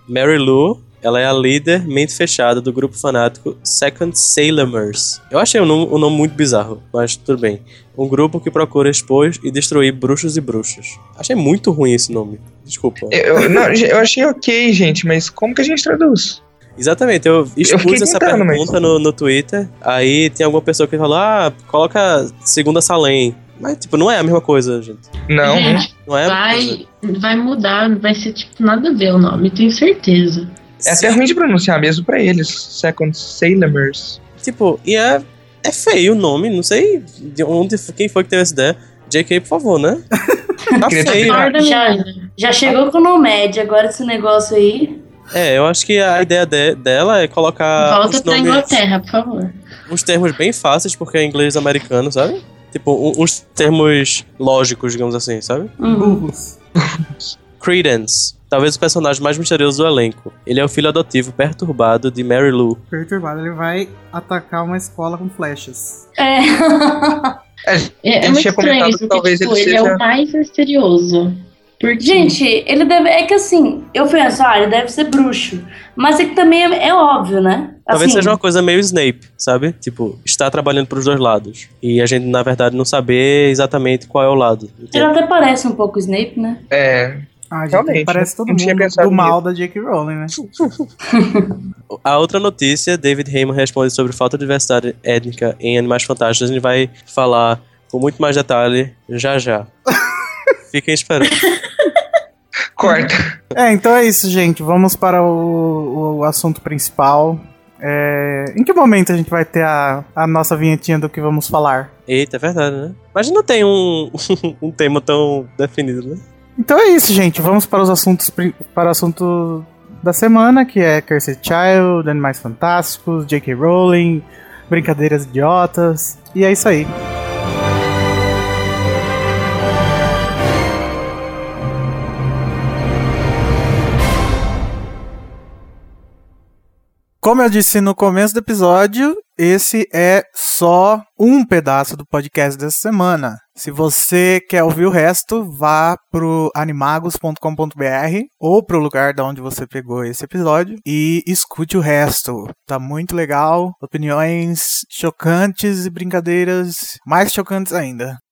[SPEAKER 2] Mary Lou, ela é a líder mente fechada do grupo fanático Second Salemers. Eu achei o nome, o nome muito bizarro, mas tudo bem. Um grupo que procura expor e destruir bruxos e bruxas. Achei muito ruim esse nome. Desculpa.
[SPEAKER 6] Eu, eu- não, eu achei ok, gente, mas como que a gente traduz?
[SPEAKER 2] Exatamente, eu
[SPEAKER 6] fiquei
[SPEAKER 2] expus essa
[SPEAKER 6] tentando, mas-
[SPEAKER 2] pergunta no, no Twitter. Aí tem alguma pessoa que falou: ah, coloca Segunda Salem. Mas, tipo, não é a mesma coisa, gente.
[SPEAKER 6] Não, né?
[SPEAKER 7] Gente,
[SPEAKER 2] Não é a mesma coisa.
[SPEAKER 7] vai, vai mudar, vai ser tipo nada a ver o nome, tenho certeza.
[SPEAKER 6] é até ruim de pronunciar mesmo pra eles. Second Salemers.
[SPEAKER 2] Tipo, e é, é feio o nome, não sei de onde, quem foi que teve essa ideia. JK, por favor, né? Tá
[SPEAKER 6] Queria ter
[SPEAKER 2] feio.
[SPEAKER 7] Acorda,
[SPEAKER 4] Já-
[SPEAKER 7] menina.
[SPEAKER 4] Já chegou com o Nomad, agora esse negócio aí.
[SPEAKER 2] É, eu acho que a ideia de- dela é colocar
[SPEAKER 7] Volta
[SPEAKER 2] uns,
[SPEAKER 7] pra
[SPEAKER 2] nomes-
[SPEAKER 7] Inglaterra, por favor.
[SPEAKER 2] uns termos bem fáceis, porque é inglês americano, sabe? Tipo, um- uns termos lógicos, digamos assim, sabe?
[SPEAKER 4] Uhum.
[SPEAKER 1] Burros.
[SPEAKER 2] Credence, talvez o personagem mais misterioso do elenco. Ele é o filho adotivo perturbado de Mary Lou.
[SPEAKER 1] Perturbado. Ele vai atacar uma escola com flechas.
[SPEAKER 4] É.
[SPEAKER 7] É, é
[SPEAKER 6] Ele
[SPEAKER 7] muito
[SPEAKER 6] tinha
[SPEAKER 7] estranho
[SPEAKER 6] comentado
[SPEAKER 7] isso,
[SPEAKER 6] que
[SPEAKER 7] porque
[SPEAKER 6] talvez
[SPEAKER 7] tipo,
[SPEAKER 6] ele
[SPEAKER 7] ele, é
[SPEAKER 6] seja-
[SPEAKER 7] o mais misterioso. Porque,
[SPEAKER 4] Gente, ele deve. É que assim, eu penso, ah, ele deve ser bruxo. Mas é que também é, é óbvio, né?
[SPEAKER 2] Talvez
[SPEAKER 4] Assim,
[SPEAKER 2] seja uma coisa meio Snape, sabe? Tipo, está trabalhando pros dois lados. E a gente, na verdade, não saber exatamente qual é o lado.
[SPEAKER 4] Ele
[SPEAKER 2] entende?
[SPEAKER 4] até parece um pouco o Snape, né?
[SPEAKER 6] É.
[SPEAKER 1] Ah, gente,
[SPEAKER 6] Realmente, né?
[SPEAKER 1] parece todo
[SPEAKER 6] não tinha
[SPEAKER 1] mundo
[SPEAKER 6] pensado
[SPEAKER 1] do mal da Jake Rowling, né?
[SPEAKER 2] A outra notícia, David Heyman responde sobre falta de diversidade étnica em Animais Fantásticos. A gente vai falar com muito mais detalhe já já. Fiquem esperando.
[SPEAKER 6] Corta.
[SPEAKER 1] É, então é isso, gente. Vamos para o, o assunto principal. É, em que momento a gente vai ter a, a nossa vinhetinha do que vamos falar?
[SPEAKER 2] Eita, é verdade, né? Mas não tem um, um tema tão definido, né?
[SPEAKER 1] Então é isso, gente. Vamos para os assuntos pri- para o assunto da semana, que é Cursed Child, Animais Fantásticos, J.K. Rowling, brincadeiras idiotas. E é isso aí. Como eu disse no começo do episódio, esse é só um pedaço do podcast dessa semana. Se você quer ouvir o resto, vá pro animagos.com.br ou pro lugar da onde você pegou esse episódio e escute o resto. Tá muito legal, opiniões chocantes e brincadeiras mais chocantes ainda.